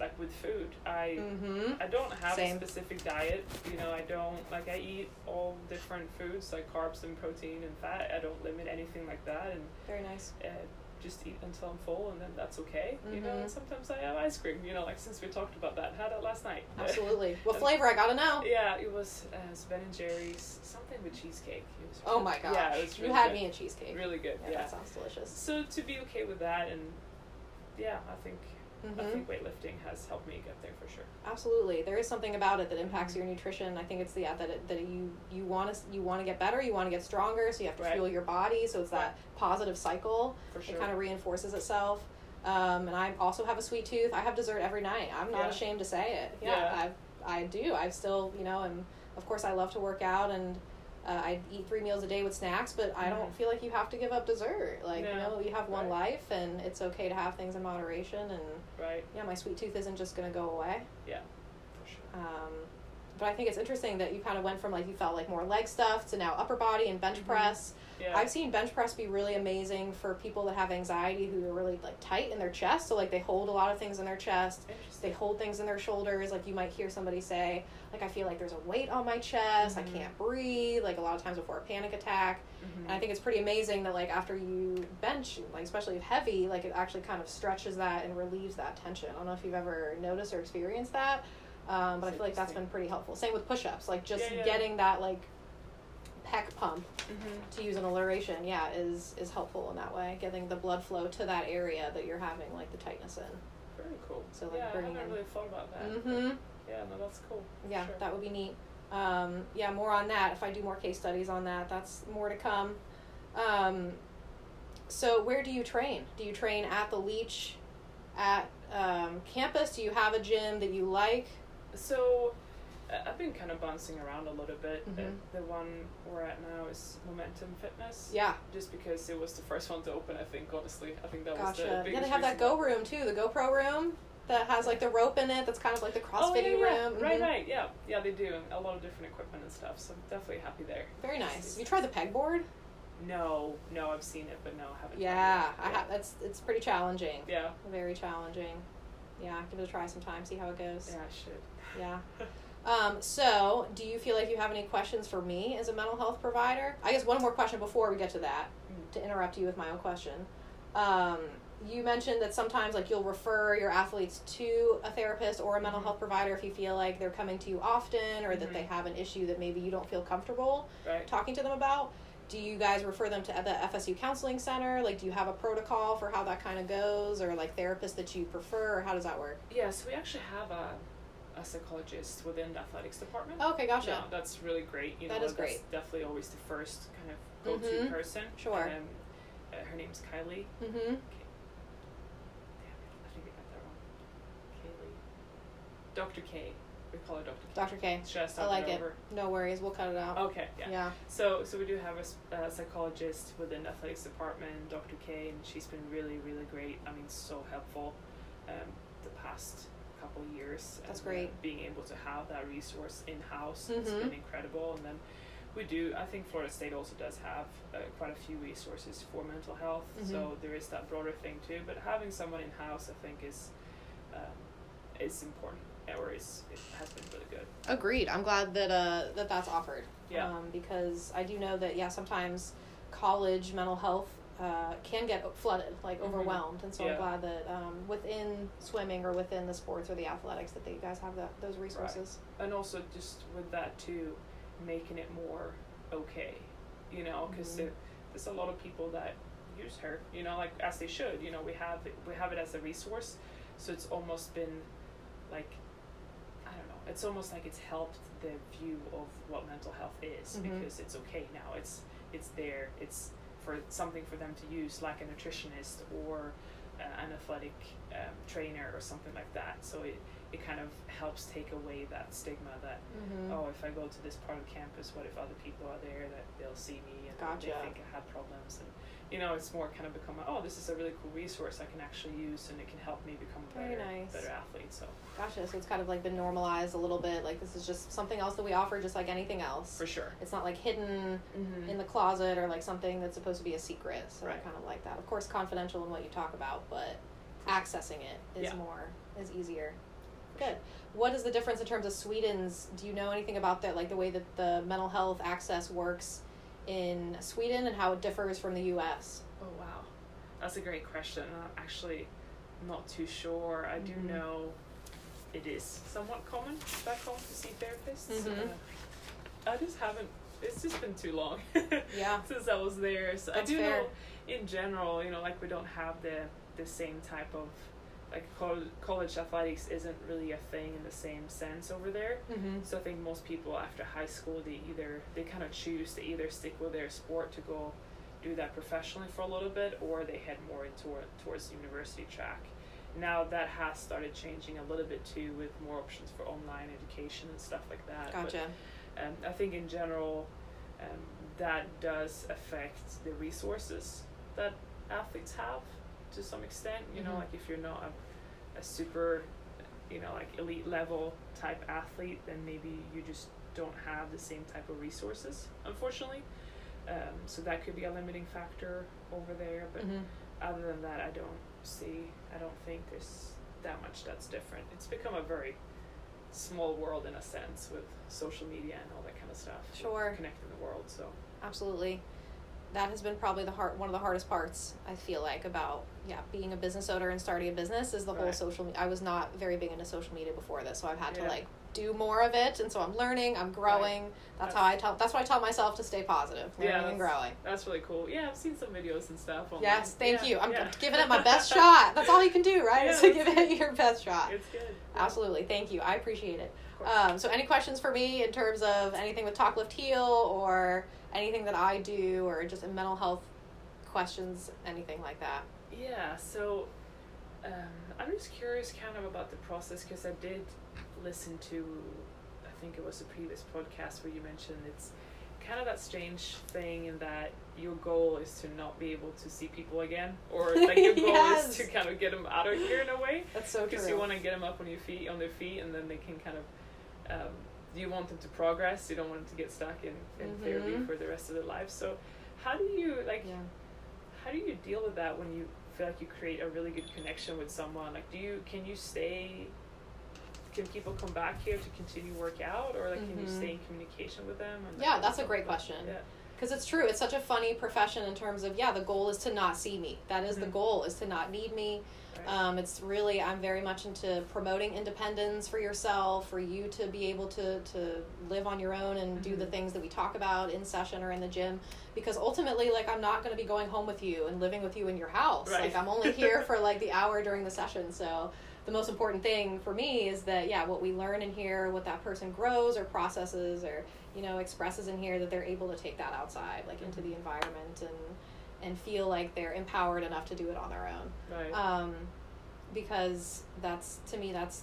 [SPEAKER 2] like with food. I
[SPEAKER 1] Mm-hmm.
[SPEAKER 2] I don't have
[SPEAKER 1] Same.
[SPEAKER 2] a specific diet, you know, I don't like I eat all different foods like carbs and protein and fat. I don't limit anything like that and
[SPEAKER 1] Very nice.
[SPEAKER 2] uh, just eat until I'm full and then that's okay. You know,
[SPEAKER 1] Mhm.
[SPEAKER 2] and sometimes I have ice cream, you know, like since we talked about that, had it last night. (laughs)
[SPEAKER 1] Absolutely. What flavor? I gotta know.
[SPEAKER 2] Yeah, it was uh, it was Ben and Jerry's something with cheesecake. It was
[SPEAKER 1] Oh my gosh.
[SPEAKER 2] Yeah, it was really
[SPEAKER 1] you had
[SPEAKER 2] good.
[SPEAKER 1] me in cheesecake.
[SPEAKER 2] Really good.
[SPEAKER 1] Yeah,
[SPEAKER 2] yeah.
[SPEAKER 1] that sounds delicious.
[SPEAKER 2] So to be okay with that and yeah, I think I
[SPEAKER 1] hmm
[SPEAKER 2] think weightlifting has helped me get there for sure.
[SPEAKER 1] Absolutely. There is something about it that impacts your nutrition. I think it's the yeah, that it, that you you want to you want to get better, you want to get stronger, so you have to
[SPEAKER 2] Right.
[SPEAKER 1] fuel your body. So it's that positive cycle.
[SPEAKER 2] For
[SPEAKER 1] It
[SPEAKER 2] sure.
[SPEAKER 1] kind of reinforces itself. Um, and I also have a sweet tooth. I have dessert every night. I'm not
[SPEAKER 2] Yeah.
[SPEAKER 1] ashamed to say it. Yeah,
[SPEAKER 2] Yeah.
[SPEAKER 1] I I do. I still you know am of course I love to work out and. Uh, I eat three meals a day with snacks, but I don't
[SPEAKER 2] Mhm.
[SPEAKER 1] feel like you have to give up dessert. Like you
[SPEAKER 2] No.
[SPEAKER 1] know, you have one
[SPEAKER 2] Right.
[SPEAKER 1] life, and it's okay to have things in moderation. And
[SPEAKER 2] right.
[SPEAKER 1] yeah, my sweet tooth isn't just gonna go away.
[SPEAKER 2] For sure.
[SPEAKER 1] Um, but I think it's interesting that you kind of went from like you felt like more leg stuff to now upper body and bench
[SPEAKER 2] Mhm.
[SPEAKER 1] press.
[SPEAKER 2] Yeah.
[SPEAKER 1] I've seen bench press be really amazing for people that have anxiety who are really like tight in their chest. So like they hold a lot of things in their chest. They
[SPEAKER 2] Interesting.
[SPEAKER 1] hold things in their shoulders. Like you might hear somebody say, like I feel like there's a weight on my chest.
[SPEAKER 2] Mhm.
[SPEAKER 1] I can't breathe. Like a lot of times before a panic attack.
[SPEAKER 2] Mm-hmm.
[SPEAKER 1] And I think it's pretty amazing that like after you bench, like especially if heavy, like it actually kind of stretches that and relieves that tension. I don't know if you've ever noticed or experienced that, um, but I feel
[SPEAKER 2] That's
[SPEAKER 1] like that's
[SPEAKER 2] interesting.
[SPEAKER 1] been pretty helpful. Same with push-ups, like just
[SPEAKER 2] Yeah, yeah.
[SPEAKER 1] getting that like pec pump
[SPEAKER 2] Mm-hmm.
[SPEAKER 1] to use an alliteration, yeah, is is helpful in that way. Getting the blood flow to that area that you're having like the tightness in.
[SPEAKER 2] Very cool.
[SPEAKER 1] So, like,
[SPEAKER 2] yeah, I
[SPEAKER 1] bringing
[SPEAKER 2] haven't
[SPEAKER 1] in-
[SPEAKER 2] really thought about that.
[SPEAKER 1] Mm-hmm.
[SPEAKER 2] Yeah, no, that's cool. for
[SPEAKER 1] Yeah,
[SPEAKER 2] sure.
[SPEAKER 1] that would be neat. Um, yeah, more on that. If I do more case studies on that, that's more to come. Um, so, where do you train? Do you train at the Leech, at um, campus? Do you have a gym that you like?
[SPEAKER 2] So, uh, I've been kind of bouncing around a little bit. Uh,
[SPEAKER 1] Mhm.
[SPEAKER 2] the one we're at now is Momentum Fitness.
[SPEAKER 1] Yeah,
[SPEAKER 2] Just because it was the first one to open, I think. Honestly, I think that was the
[SPEAKER 1] gotcha.
[SPEAKER 2] biggest
[SPEAKER 1] yeah, they have that
[SPEAKER 2] reason
[SPEAKER 1] Go room too, the GoPro room that has like the rope in it. That's kind of like the
[SPEAKER 2] Oh, yeah,
[SPEAKER 1] CrossFit
[SPEAKER 2] yeah.
[SPEAKER 1] room.
[SPEAKER 2] Right,
[SPEAKER 1] Mhm.
[SPEAKER 2] right. Yeah, yeah, they do. And a lot of different equipment and stuff. So I'm definitely happy there.
[SPEAKER 1] Very nice. Have you tried the pegboard?
[SPEAKER 2] No, no, I've seen it, but no, I haven't.
[SPEAKER 1] Yeah,
[SPEAKER 2] tried
[SPEAKER 1] I
[SPEAKER 2] it.
[SPEAKER 1] have. That's it's pretty challenging.
[SPEAKER 2] Yeah,
[SPEAKER 1] Very challenging. Yeah, give it a try sometime. See how it goes.
[SPEAKER 2] yeah, I should.
[SPEAKER 1] Yeah.
[SPEAKER 2] (laughs)
[SPEAKER 1] Um, so, do you feel like you have any questions for me as a mental health provider? I guess one more question before we get to that,
[SPEAKER 2] Mm.
[SPEAKER 1] to interrupt you with my own question. Um, you mentioned that sometimes like you'll refer your athletes to a therapist or a mental
[SPEAKER 2] Mhm.
[SPEAKER 1] health provider if you feel like they're coming to you often or that
[SPEAKER 2] Mhm.
[SPEAKER 1] they have an issue that maybe you don't feel comfortable
[SPEAKER 2] Right.
[SPEAKER 1] talking to them about. Do you guys refer them to the FSU counseling center? Like, do you have a protocol for how that kind of goes, or like therapists that you prefer, or how does that work?
[SPEAKER 2] Yeah, so we actually have a, a psychologist within the athletics department.
[SPEAKER 1] Okay, Oh, gotcha.
[SPEAKER 2] No, that's really great. You know,
[SPEAKER 1] That is
[SPEAKER 2] that's
[SPEAKER 1] great.
[SPEAKER 2] definitely always the first kind of go-to
[SPEAKER 1] Mhm.
[SPEAKER 2] person.
[SPEAKER 1] Sure.
[SPEAKER 2] Um, uh, her name's Kylie.
[SPEAKER 1] Mm-hmm.
[SPEAKER 2] Damn it, I think I got that wrong. Kaylee. Dr. K. We call her Dr. K.
[SPEAKER 1] Dr. K.
[SPEAKER 2] Should I
[SPEAKER 1] I
[SPEAKER 2] stop
[SPEAKER 1] like
[SPEAKER 2] it
[SPEAKER 1] it. Oh.
[SPEAKER 2] over?
[SPEAKER 1] No worries, we'll cut it out.
[SPEAKER 2] Okay, Oh, yeah.
[SPEAKER 1] Yeah.
[SPEAKER 2] So, so we do have a s- uh, psychologist within the athletics department, Dr. K, and she's been really, really great. I mean, so helpful. Um, the past couple of years.
[SPEAKER 1] That's
[SPEAKER 2] and, uh,
[SPEAKER 1] great.
[SPEAKER 2] being able to have that resource in house has
[SPEAKER 1] Mhm.
[SPEAKER 2] been incredible. And then we do. I think Florida State also does have uh, quite a few resources for mental health.
[SPEAKER 1] Mm-hmm.
[SPEAKER 2] So there is that broader thing too. But having someone in house, I think, is um, is important, or is it has been really good.
[SPEAKER 1] Agreed. I'm glad that uh that that's offered.
[SPEAKER 2] Yeah.
[SPEAKER 1] Um, because I do know that yeah sometimes college mental health uh, can get flooded like
[SPEAKER 2] Mhm.
[SPEAKER 1] overwhelmed and so I'm
[SPEAKER 2] Yeah.
[SPEAKER 1] glad that um, within swimming or within the sports or the athletics that they, you guys have that those resources.
[SPEAKER 2] and also just with that too, making it more okay, you know, because
[SPEAKER 1] Mhm.
[SPEAKER 2] there's a lot of people that use her, you know, like as they should, you know, we have it, we have it as a resource, so it's almost been like, I don't know, it's almost like it's helped the view of what mental health is
[SPEAKER 1] Mhm.
[SPEAKER 2] because it's okay now, it's it's there, it's for something for them to use, like a nutritionist or uh, an athletic um, trainer or something like that. So it it kind of helps take away that stigma that
[SPEAKER 1] Mm-hmm.
[SPEAKER 2] oh if I go to this part of campus what if other people are there that they'll see me and they
[SPEAKER 1] Gotcha.
[SPEAKER 2] think I have problems and you know it's more kind of become a, oh this is a really cool resource I can actually use and it can help me become a
[SPEAKER 1] Very
[SPEAKER 2] better
[SPEAKER 1] nice.
[SPEAKER 2] better athlete so
[SPEAKER 1] Gotcha. So it's kind of like been normalized a little bit. Like this is just something else that we offer, just like anything else.
[SPEAKER 2] for sure
[SPEAKER 1] It's not like hidden
[SPEAKER 2] mm-hmm.
[SPEAKER 1] in the closet or like something that's supposed to be a secret. So I
[SPEAKER 2] Right.
[SPEAKER 1] kind of like that. Of course, confidential in what you talk about, but accessing it is
[SPEAKER 2] Yeah.
[SPEAKER 1] more is easier. Good. What is the difference in terms of Sweden's? Do you know anything about that, like the way that the mental health access works in Sweden and how it differs from the U.S.
[SPEAKER 2] oh wow that's a great question and I'm actually not too sure I do
[SPEAKER 1] Mhm.
[SPEAKER 2] know it is somewhat common back home to see therapists
[SPEAKER 1] Mhm.
[SPEAKER 2] Uh, I just haven't it's just been too long (laughs)
[SPEAKER 1] Yeah.
[SPEAKER 2] since I was there. So
[SPEAKER 1] That's
[SPEAKER 2] I do
[SPEAKER 1] fair.
[SPEAKER 2] know in general, you know, like we don't have the the same type of like col- college athletics isn't really a thing in the same sense over there.
[SPEAKER 1] Mm-hmm.
[SPEAKER 2] So I think most people after high school they either they kind of choose to either stick with their sport to go do that professionally for a little bit or they head more in toward, towards the university track. Now that has started changing a little bit too with more options for online education and stuff like that. But
[SPEAKER 1] Gotcha.
[SPEAKER 2] um, I think in general, um, that does affect the resources that athletes have to some extent. You know,
[SPEAKER 1] Mhm.
[SPEAKER 2] like if you're not a, a super, you know, like elite level type athlete, then maybe you just don't have the same type of resources, unfortunately. Um, so that could be a limiting factor over there. But
[SPEAKER 1] Mm-hmm.
[SPEAKER 2] other than that, I don't see, I don't think there's that much that's different. It's become a very small world in a sense with social media and all that kind of stuff.
[SPEAKER 1] Sure.
[SPEAKER 2] Connecting the world, so.
[SPEAKER 1] Absolutely. That has been probably the hard one of the hardest parts I feel like about yeah being a business owner and starting a business is the whole
[SPEAKER 2] Right.
[SPEAKER 1] social. me- I was not very big into social media before this, so I've had to
[SPEAKER 2] Yeah.
[SPEAKER 1] like do more of it, and so I'm learning, I'm growing. That's how I tell. That's why I tell myself to stay positive,
[SPEAKER 2] Yeah,
[SPEAKER 1] learning and
[SPEAKER 2] that's-
[SPEAKER 1] growing.
[SPEAKER 2] That's really cool. Yeah, I've seen some videos and stuff. Online.
[SPEAKER 1] Yes, thank
[SPEAKER 2] Yeah,
[SPEAKER 1] you. I'm
[SPEAKER 2] yeah.
[SPEAKER 1] giving
[SPEAKER 2] (laughs)
[SPEAKER 1] it my best shot. That's all you can do, right?
[SPEAKER 2] Yeah,
[SPEAKER 1] is (laughs) to give
[SPEAKER 2] that's
[SPEAKER 1] it your best shot.
[SPEAKER 2] (laughs) It's good.
[SPEAKER 1] Absolutely. Thank you. I appreciate it.
[SPEAKER 2] Of course.
[SPEAKER 1] Um, so, any questions for me in terms of anything with Talk Lift Heal or anything that I do or just mental health questions, anything like that?
[SPEAKER 2] Yeah, so um, I'm just curious kind of about the process because I did listen to, I think it was the previous podcast where you mentioned it's kind of that strange thing in that your goal is to not be able to see people again, or like your goal
[SPEAKER 1] Yes.
[SPEAKER 2] is to kind of get them out of here in a way
[SPEAKER 1] That's
[SPEAKER 2] (laughs)
[SPEAKER 1] so
[SPEAKER 2] because you
[SPEAKER 1] true.
[SPEAKER 2] want to get them up on your feet, on their feet, and then they can kind of. Um, you want them to progress. You don't want them to get stuck in, in therapy
[SPEAKER 1] Mhm.
[SPEAKER 2] for the rest of their lives. So, how do you like?
[SPEAKER 1] Yeah.
[SPEAKER 2] How do you deal with that when you feel like you create a really good connection with someone? Like, do you can you stay? Can people come back here to continue work out, or like can you
[SPEAKER 1] Mhm.
[SPEAKER 2] stay in communication with them? And that
[SPEAKER 1] Yeah,
[SPEAKER 2] kind of
[SPEAKER 1] that's a
[SPEAKER 2] stuff?
[SPEAKER 1] great question.
[SPEAKER 2] Yeah,
[SPEAKER 1] Because it's true. It's such a funny profession in terms of, yeah, the goal is to not see me. That is the
[SPEAKER 2] Mhm.
[SPEAKER 1] goal, is to not need me.
[SPEAKER 2] right.
[SPEAKER 1] Um, it's really, I'm very much into promoting independence for yourself, for you to be able to, to live on your own and do the
[SPEAKER 2] Mhm.
[SPEAKER 1] things that we talk about in session or in the gym. Because ultimately, like, I'm not going to be going home with you and living with you in your house.
[SPEAKER 2] Right.
[SPEAKER 1] Like, I'm only here for like the hour during the session. So, the most important thing for me is that, yeah, what we learn in here, what that person grows or processes or, you know, expresses in here, that they're able to take that outside, like, into the environment and, and feel like they're empowered enough to do it on their own
[SPEAKER 2] right.
[SPEAKER 1] um, because that's to me that's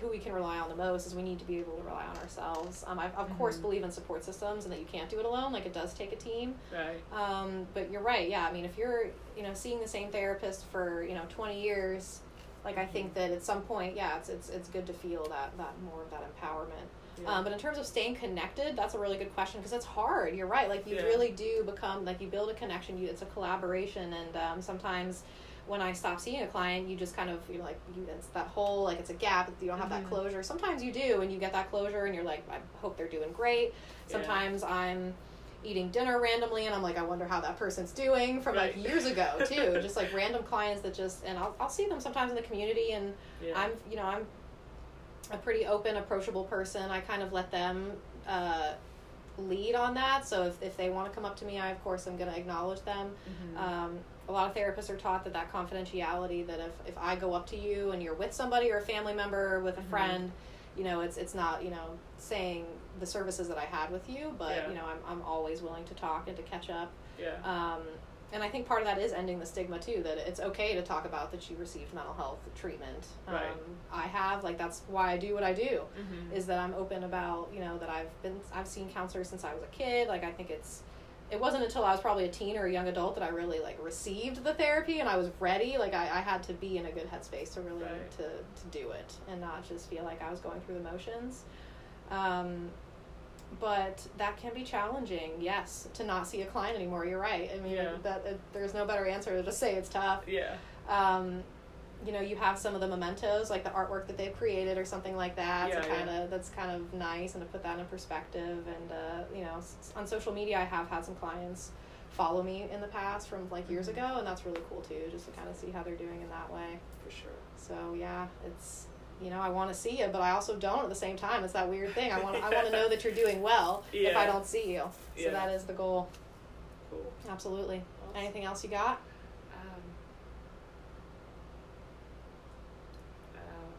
[SPEAKER 1] who we can rely on the most is we need to be able to rely on ourselves. Um, I of course
[SPEAKER 2] Mhm.
[SPEAKER 1] believe in support systems and that you can't do it alone. Like it does take a team.
[SPEAKER 2] right.
[SPEAKER 1] Um, but you're right. Yeah, I mean, if you're you know seeing the same therapist for you know 20 years, like I think that at some point, yeah, it's it's it's good to feel that that more of that empowerment.
[SPEAKER 2] Yeah.
[SPEAKER 1] Um, but in terms of staying connected, that's a really good question because it's hard. You're right. Like you
[SPEAKER 2] Yeah.
[SPEAKER 1] really do become like you build a connection. You it's a collaboration, and um, sometimes when I stop seeing a client, you just kind of you're like you, it's that whole like it's a gap. You don't have
[SPEAKER 2] Mhm.
[SPEAKER 1] that closure. Sometimes you do, and you get that closure, and you're like, I hope they're doing great.
[SPEAKER 2] Yeah.
[SPEAKER 1] Sometimes I'm eating dinner randomly and I'm like I wonder how that person's doing from
[SPEAKER 2] Right.
[SPEAKER 1] like years ago too
[SPEAKER 2] (laughs)
[SPEAKER 1] just like random clients that just and I'll, I'll see them sometimes in the community and
[SPEAKER 2] yeah.
[SPEAKER 1] I'm, you know, I'm a pretty open, approachable person. I kind of let them uh, lead on that. So if, if they want to come up to me, I, of course, am going to acknowledge them.
[SPEAKER 2] Mhm.
[SPEAKER 1] Um, a lot of therapists are taught that that confidentiality, that if, if I go up to you and you're with somebody or a family member or with a
[SPEAKER 2] Mhm.
[SPEAKER 1] friend, you know, it's, it's not, you know, saying the services that I had with you, but,
[SPEAKER 2] Yeah.
[SPEAKER 1] you know, I'm, I'm always willing to talk and to catch up.
[SPEAKER 2] yeah.
[SPEAKER 1] Um, and I think part of that is ending the stigma too, that it's okay to talk about that you received mental health treatment. Um,
[SPEAKER 2] Right.
[SPEAKER 1] I have, like, that's why I do what I do,
[SPEAKER 2] Mhm.
[SPEAKER 1] is that I'm open about, you know, that I've been, I've seen counselors since I was a kid. Like, I think it's, it wasn't until I was probably a teen or a young adult that I really, like, received the therapy and I was ready. Like, I, I had to be in a good headspace to really,
[SPEAKER 2] Right.
[SPEAKER 1] to, to do it and not just feel like I was going through the motions. Um, but that can be challenging yes to not see a client anymore you're right i mean
[SPEAKER 2] Yeah.
[SPEAKER 1] that uh, there's no better answer to just say it's tough
[SPEAKER 2] yeah.
[SPEAKER 1] um, you know you have some of the mementos like the artwork that they've created or something like that
[SPEAKER 2] Yeah,
[SPEAKER 1] to
[SPEAKER 2] yeah.
[SPEAKER 1] kind of that's kind of nice and to put that in perspective and uh, you know s- on social media i have had some clients follow me in the past from like years
[SPEAKER 2] Mhm.
[SPEAKER 1] ago and that's really cool too just to kind of see how they're doing in that way
[SPEAKER 2] For sure.
[SPEAKER 1] so yeah, it's you know I want to see you, but I also don't at the same time. It's that weird thing. I want I want to know that you're doing
[SPEAKER 2] (laughs)
[SPEAKER 1] well if I
[SPEAKER 2] Yeah.
[SPEAKER 1] don't see you. So
[SPEAKER 2] Yeah.
[SPEAKER 1] that is the goal.
[SPEAKER 2] Cool.
[SPEAKER 1] Absolutely.
[SPEAKER 2] Awesome.
[SPEAKER 1] Anything else you got?
[SPEAKER 2] Um, um,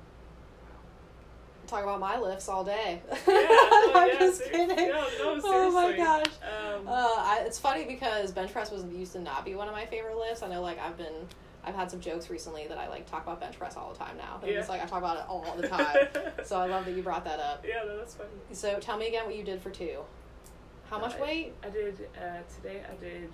[SPEAKER 1] Talk about my lifts all day. (laughs)
[SPEAKER 2] yeah, no,
[SPEAKER 1] I'm
[SPEAKER 2] yeah,
[SPEAKER 1] just
[SPEAKER 2] ser-
[SPEAKER 1] kidding.
[SPEAKER 2] Yeah, no,
[SPEAKER 1] oh my
[SPEAKER 2] seriously.
[SPEAKER 1] gosh.
[SPEAKER 2] Um,
[SPEAKER 1] Uh, I, it's funny because bench press was used to not be one of my favorite lifts. I know, like I've been, I've had some jokes recently that I like talk about bench press all the time now. And It's
[SPEAKER 2] Yeah.
[SPEAKER 1] like I talk about it all
[SPEAKER 2] (laughs)
[SPEAKER 1] the time. so I love that you brought that up.
[SPEAKER 2] yeah, no, that's funny.
[SPEAKER 1] So tell me again what you did for two. How much
[SPEAKER 2] I-
[SPEAKER 1] weight?
[SPEAKER 2] I did uh, today. I did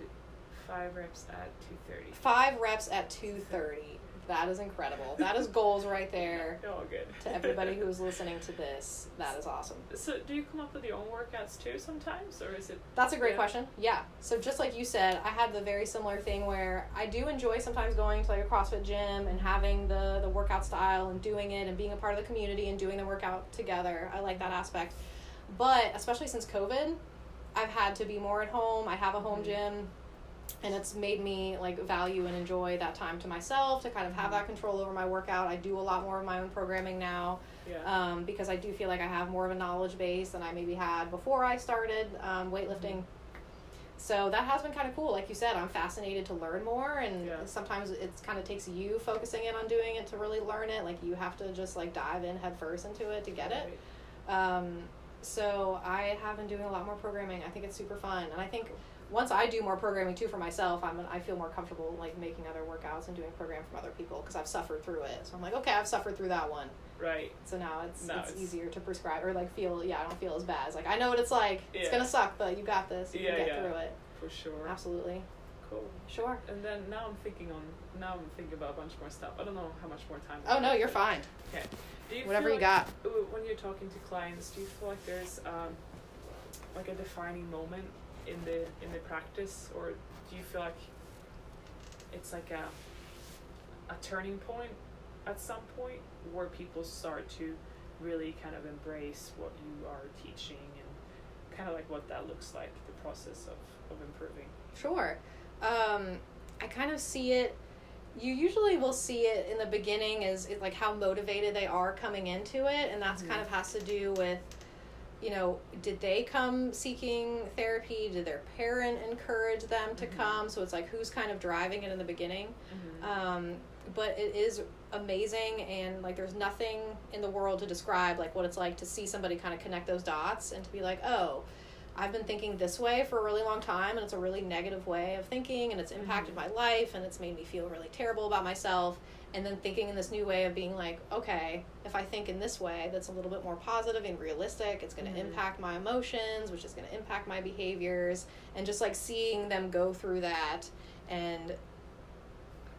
[SPEAKER 2] five reps at two thirty.
[SPEAKER 1] Five reps at 230. That is incredible. That is goals right
[SPEAKER 2] (laughs)
[SPEAKER 1] there
[SPEAKER 2] Oh, good.
[SPEAKER 1] to everybody who is listening to this. That is awesome.
[SPEAKER 2] So, do you come up with your own workouts too sometimes, or is it?
[SPEAKER 1] That's a great
[SPEAKER 2] Yeah.
[SPEAKER 1] question. Yeah. So just like you said, I had the very similar thing where I do enjoy sometimes going to like a CrossFit gym and having the the workout style and doing it and being a part of the community and doing the workout together. I like that aspect. But especially since COVID, I've had to be more at home. I have a home
[SPEAKER 2] Mhm.
[SPEAKER 1] gym and it's made me like value and enjoy that time to myself to kind of have that control over my workout. I do a lot more of my own programming now
[SPEAKER 2] Yeah.
[SPEAKER 1] um, because I do feel like I have more of a knowledge base than I maybe had before I started um, weightlifting. So that has been kind of cool. Like you said, I'm fascinated to learn more, and
[SPEAKER 2] Yeah.
[SPEAKER 1] sometimes it kind of takes you focusing in on doing it to really learn it. Like you have to just like dive in headfirst into it to get it.
[SPEAKER 2] Right.
[SPEAKER 1] Um, so I have been doing a lot more programming. I think it's super fun, and I think once I do more programming too for myself, I'm I feel more comfortable like making other workouts and doing program from other people because I've suffered through it. So I'm like, okay, I've suffered through that one.
[SPEAKER 2] Right.
[SPEAKER 1] So now it's
[SPEAKER 2] No,
[SPEAKER 1] it's,
[SPEAKER 2] it's-
[SPEAKER 1] easier to prescribe or like feel yeah I don't feel as bad. It's like I know what it's like. It's
[SPEAKER 2] Yeah.
[SPEAKER 1] gonna suck, but you got this. You
[SPEAKER 2] Yeah,
[SPEAKER 1] can get
[SPEAKER 2] yeah.
[SPEAKER 1] through it.
[SPEAKER 2] For sure.
[SPEAKER 1] Absolutely.
[SPEAKER 2] Cool.
[SPEAKER 1] Sure.
[SPEAKER 2] And then now I'm thinking on now I'm thinking about a bunch more stuff. I don't know how much more time. we
[SPEAKER 1] Oh no,
[SPEAKER 2] have,
[SPEAKER 1] you're
[SPEAKER 2] but-
[SPEAKER 1] fine.
[SPEAKER 2] Okay. Do you
[SPEAKER 1] Whatever
[SPEAKER 2] feel
[SPEAKER 1] you got.
[SPEAKER 2] Ooh, when you're talking to clients, do you feel like there's um, like a defining moment in the in the practice, or do you feel like it's like a a turning point at some point where people start to really kind of embrace what you are teaching and kind of like what that looks like, the process of of improving.
[SPEAKER 1] Sure. Um, I kind of see it. You usually will see it in the beginning is is like how motivated they are coming into it, and that's kind
[SPEAKER 2] Mhm.
[SPEAKER 1] of has to do with, you know, did they come seeking therapy? Did their parent encourage them to
[SPEAKER 2] Mhm.
[SPEAKER 1] come? So it's like who's kind of driving it in the beginning. Um, but it is amazing, and like there's nothing in the world to describe like what it's like to see somebody kind of connect those dots and to be like, oh, I've been thinking this way for a really long time, and it's a really negative way of thinking, and it's impacted my life, and it's made me feel really terrible about myself. And then thinking in this new way of being like, okay, if I think in this way, that's a little bit more positive and realistic. It's going to
[SPEAKER 2] Mhm.
[SPEAKER 1] impact my emotions, which is going to impact my behaviors, and just like seeing them go through that and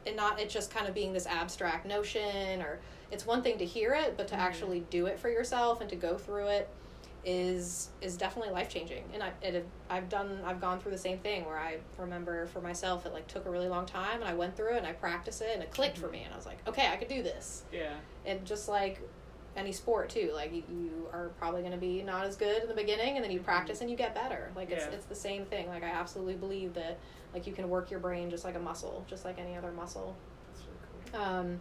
[SPEAKER 1] and not it just kind of being this abstract notion or it's one thing to hear it but to
[SPEAKER 2] Mhm.
[SPEAKER 1] actually do it for yourself and to go through it is is definitely life changing and I it, I've done I've gone through the same thing where I remember for myself it like took a really long time and I went through it and I practiced it and it clicked for
[SPEAKER 2] Mhm.
[SPEAKER 1] me and I was like okay I could do this
[SPEAKER 2] Yeah.
[SPEAKER 1] and just like any sport too like you, you are probably going to be not as good in the beginning and then you practice and you get better like it's
[SPEAKER 2] Mm-hmm. Yeah.
[SPEAKER 1] it's the same thing like i absolutely believe that like you can work your brain just like a muscle just like any other muscle
[SPEAKER 2] That's really cool.
[SPEAKER 1] um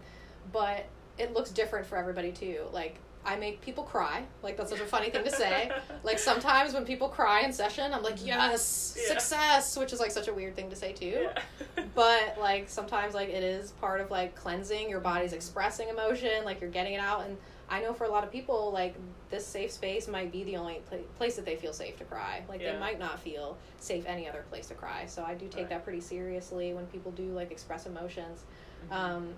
[SPEAKER 1] but it looks different for everybody too like i make people cry like that's such a funny thing to
[SPEAKER 2] (laughs)
[SPEAKER 1] say like sometimes when people cry in session i'm like yes
[SPEAKER 2] Mm-hmm. Yeah.
[SPEAKER 1] success which is like such a weird thing to say too
[SPEAKER 2] Yeah. (laughs)
[SPEAKER 1] but like sometimes like it is part of like cleansing your body's expressing emotion like you're getting it out and i know for a lot of people like this safe space might be the only pla- place that they feel safe to cry like they
[SPEAKER 2] Yeah.
[SPEAKER 1] might not feel safe any other place to cry so i do take
[SPEAKER 2] Right.
[SPEAKER 1] that pretty seriously when people do like express emotions
[SPEAKER 2] Mm-hmm.
[SPEAKER 1] um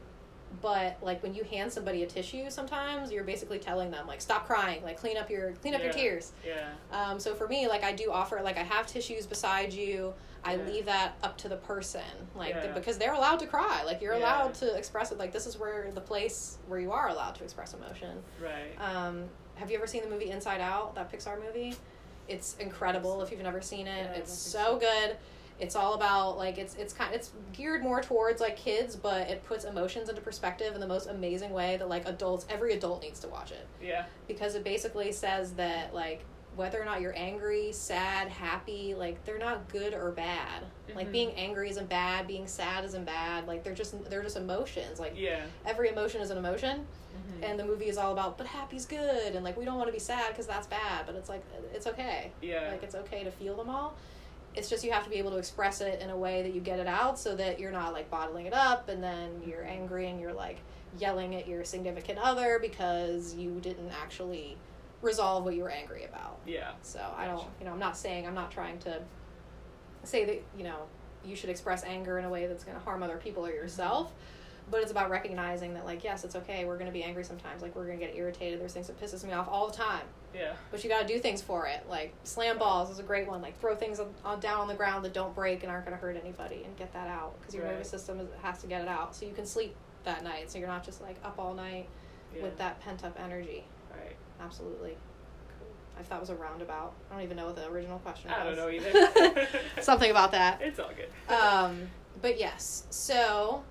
[SPEAKER 1] but like when you hand somebody a tissue sometimes you're basically telling them like stop crying like clean up your clean up your
[SPEAKER 2] Yeah.
[SPEAKER 1] tears
[SPEAKER 2] yeah.
[SPEAKER 1] um, so for me, like I do offer, like I have tissues beside you. I
[SPEAKER 2] Yeah.
[SPEAKER 1] leave that up to the person, like the-
[SPEAKER 2] Yeah.
[SPEAKER 1] because they're allowed to cry. Like you're
[SPEAKER 2] Yeah.
[SPEAKER 1] allowed to express it. Like this is where the place where you are allowed to express emotion.
[SPEAKER 2] Right.
[SPEAKER 1] Um, have you ever seen the movie Inside Out? That Pixar movie. It's incredible. If you've never seen it,
[SPEAKER 2] Yeah, I don't
[SPEAKER 1] it's
[SPEAKER 2] think
[SPEAKER 1] so
[SPEAKER 2] so.
[SPEAKER 1] good. It's all about like it's it's kind it's geared more towards like kids, but it puts emotions into perspective in the most amazing way that like adults every adult needs to watch it
[SPEAKER 2] yeah.
[SPEAKER 1] because it basically says that like whether or not you're angry, sad, happy, like they're not good or bad. Like
[SPEAKER 2] Mhm.
[SPEAKER 1] being angry isn't bad, being sad isn't bad. Like they're just they're just emotions. Like
[SPEAKER 2] Yeah.
[SPEAKER 1] every emotion is an emotion,
[SPEAKER 2] Mhm.
[SPEAKER 1] and the movie is all about but happy's good and like we don't want to be sad because that's bad, but it's like it's okay.
[SPEAKER 2] yeah.
[SPEAKER 1] Like it's okay to feel them all. It's just you have to be able to express it in a way that you get it out so that you're not like bottling it up and then you're angry and you're like yelling at your significant other because you didn't actually resolve what you were angry about.
[SPEAKER 2] yeah.
[SPEAKER 1] So I don't, you know, I'm not saying, I'm not trying to say that, you know, you should express anger in a way that's going to harm other people or yourself. But it's about recognizing that, like, yes, it's okay. We're going to be angry sometimes. Like, we're going to get irritated. There's things that pisses me off all the time
[SPEAKER 2] Yeah.
[SPEAKER 1] but you got to do things for it. Like slam balls is a great one. Like throw things on, on down on the ground that don't break and aren't going to hurt anybody, and get that out because your
[SPEAKER 2] Right.
[SPEAKER 1] nervous system is, has to get it out so you can sleep that night. So you're not just like up all night
[SPEAKER 2] Yeah.
[SPEAKER 1] with that pent up energy.
[SPEAKER 2] Right.
[SPEAKER 1] Absolutely.
[SPEAKER 2] Cool.
[SPEAKER 1] If that was a roundabout, I don't even know what the original question was.
[SPEAKER 2] I don't know either.
[SPEAKER 1] (laughs)
[SPEAKER 2] (laughs)
[SPEAKER 1] Something about that.
[SPEAKER 2] it's all good.
[SPEAKER 1] Um, but yes, so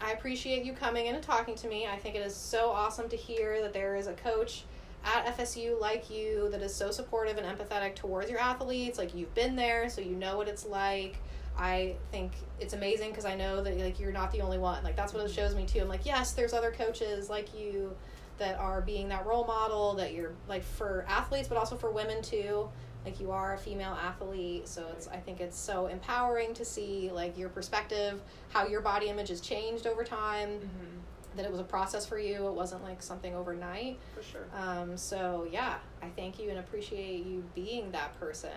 [SPEAKER 1] I appreciate you coming in and talking to me. I think it is so awesome to hear that there is a coach at FSU like you that is so supportive and empathetic towards your athletes. Like you've been there, so you know what it's like. I think it's amazing because I know that like you're not the only one. Like that's what it shows me too. I'm like, yes, there's other coaches like you that are being that role model that you're like for athletes, but also for women too. Like you are a female athlete, so it's I think it's so empowering to see like your perspective, how your body image has changed over time.
[SPEAKER 2] Mhm.
[SPEAKER 1] That it was a process for you. It wasn't like something overnight.
[SPEAKER 2] For
[SPEAKER 1] (laughs)
[SPEAKER 2] sure.
[SPEAKER 1] Um, so yeah, I thank you and appreciate you being that person.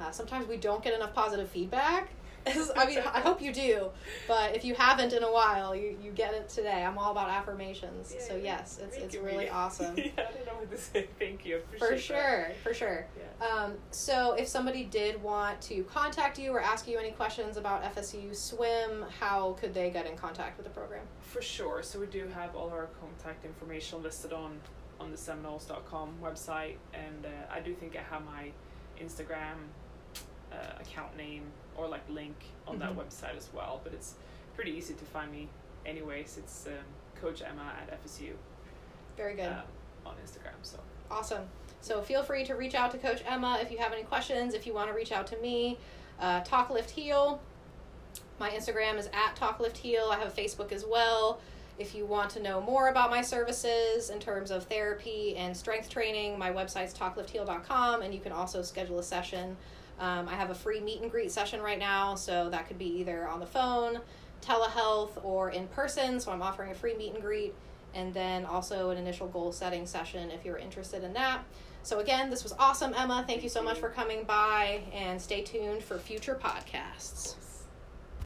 [SPEAKER 1] Uh, sometimes we don't get enough positive feedback. (laughs) I mean, I hope you do, but if you haven't in a while, you, you get it today. I'm all about affirmations.
[SPEAKER 2] Yeah,
[SPEAKER 1] so
[SPEAKER 2] yeah.
[SPEAKER 1] yes, it's
[SPEAKER 2] Thank
[SPEAKER 1] it's
[SPEAKER 2] you,
[SPEAKER 1] really
[SPEAKER 2] Mia. (laughs)
[SPEAKER 1] awesome.
[SPEAKER 2] yeah, I don't know what to say. Thank you. I Appreciate
[SPEAKER 1] For
[SPEAKER 2] that.
[SPEAKER 1] sure, for sure.
[SPEAKER 2] Yeah.
[SPEAKER 1] Um, so if somebody did want to contact you or ask you any questions about FSU swim, how could they get in contact with the program?
[SPEAKER 2] For sure. So we do have all our contact information listed on on the seminoles.com website, and uh, I do think I have my Instagram uh, account name or like link on that
[SPEAKER 1] Mhm.
[SPEAKER 2] website as well. But it's pretty easy to find me. Anyways, it's um, Coach Emma at FSU
[SPEAKER 1] Very good.
[SPEAKER 2] um, on Instagram. So
[SPEAKER 1] Awesome. So feel free to reach out to Coach Emma if you have any questions. If you want to reach out to me, uh, Talk Lift Heal. My Instagram is at Talk Lift Heal. I have a Facebook as well. If you want to know more about my services in terms of therapy and strength training, my website's talkliftheal.com, and you can also schedule a session. Um, I have a free meet and greet session right now, so that could be either on the phone, telehealth, or in person. So I'm offering a free meet and greet and then also an initial goal setting session if you're interested in that. So, again, this was awesome, Emma. Thank you so much for coming by and stay tuned for future podcasts.
[SPEAKER 2] yes.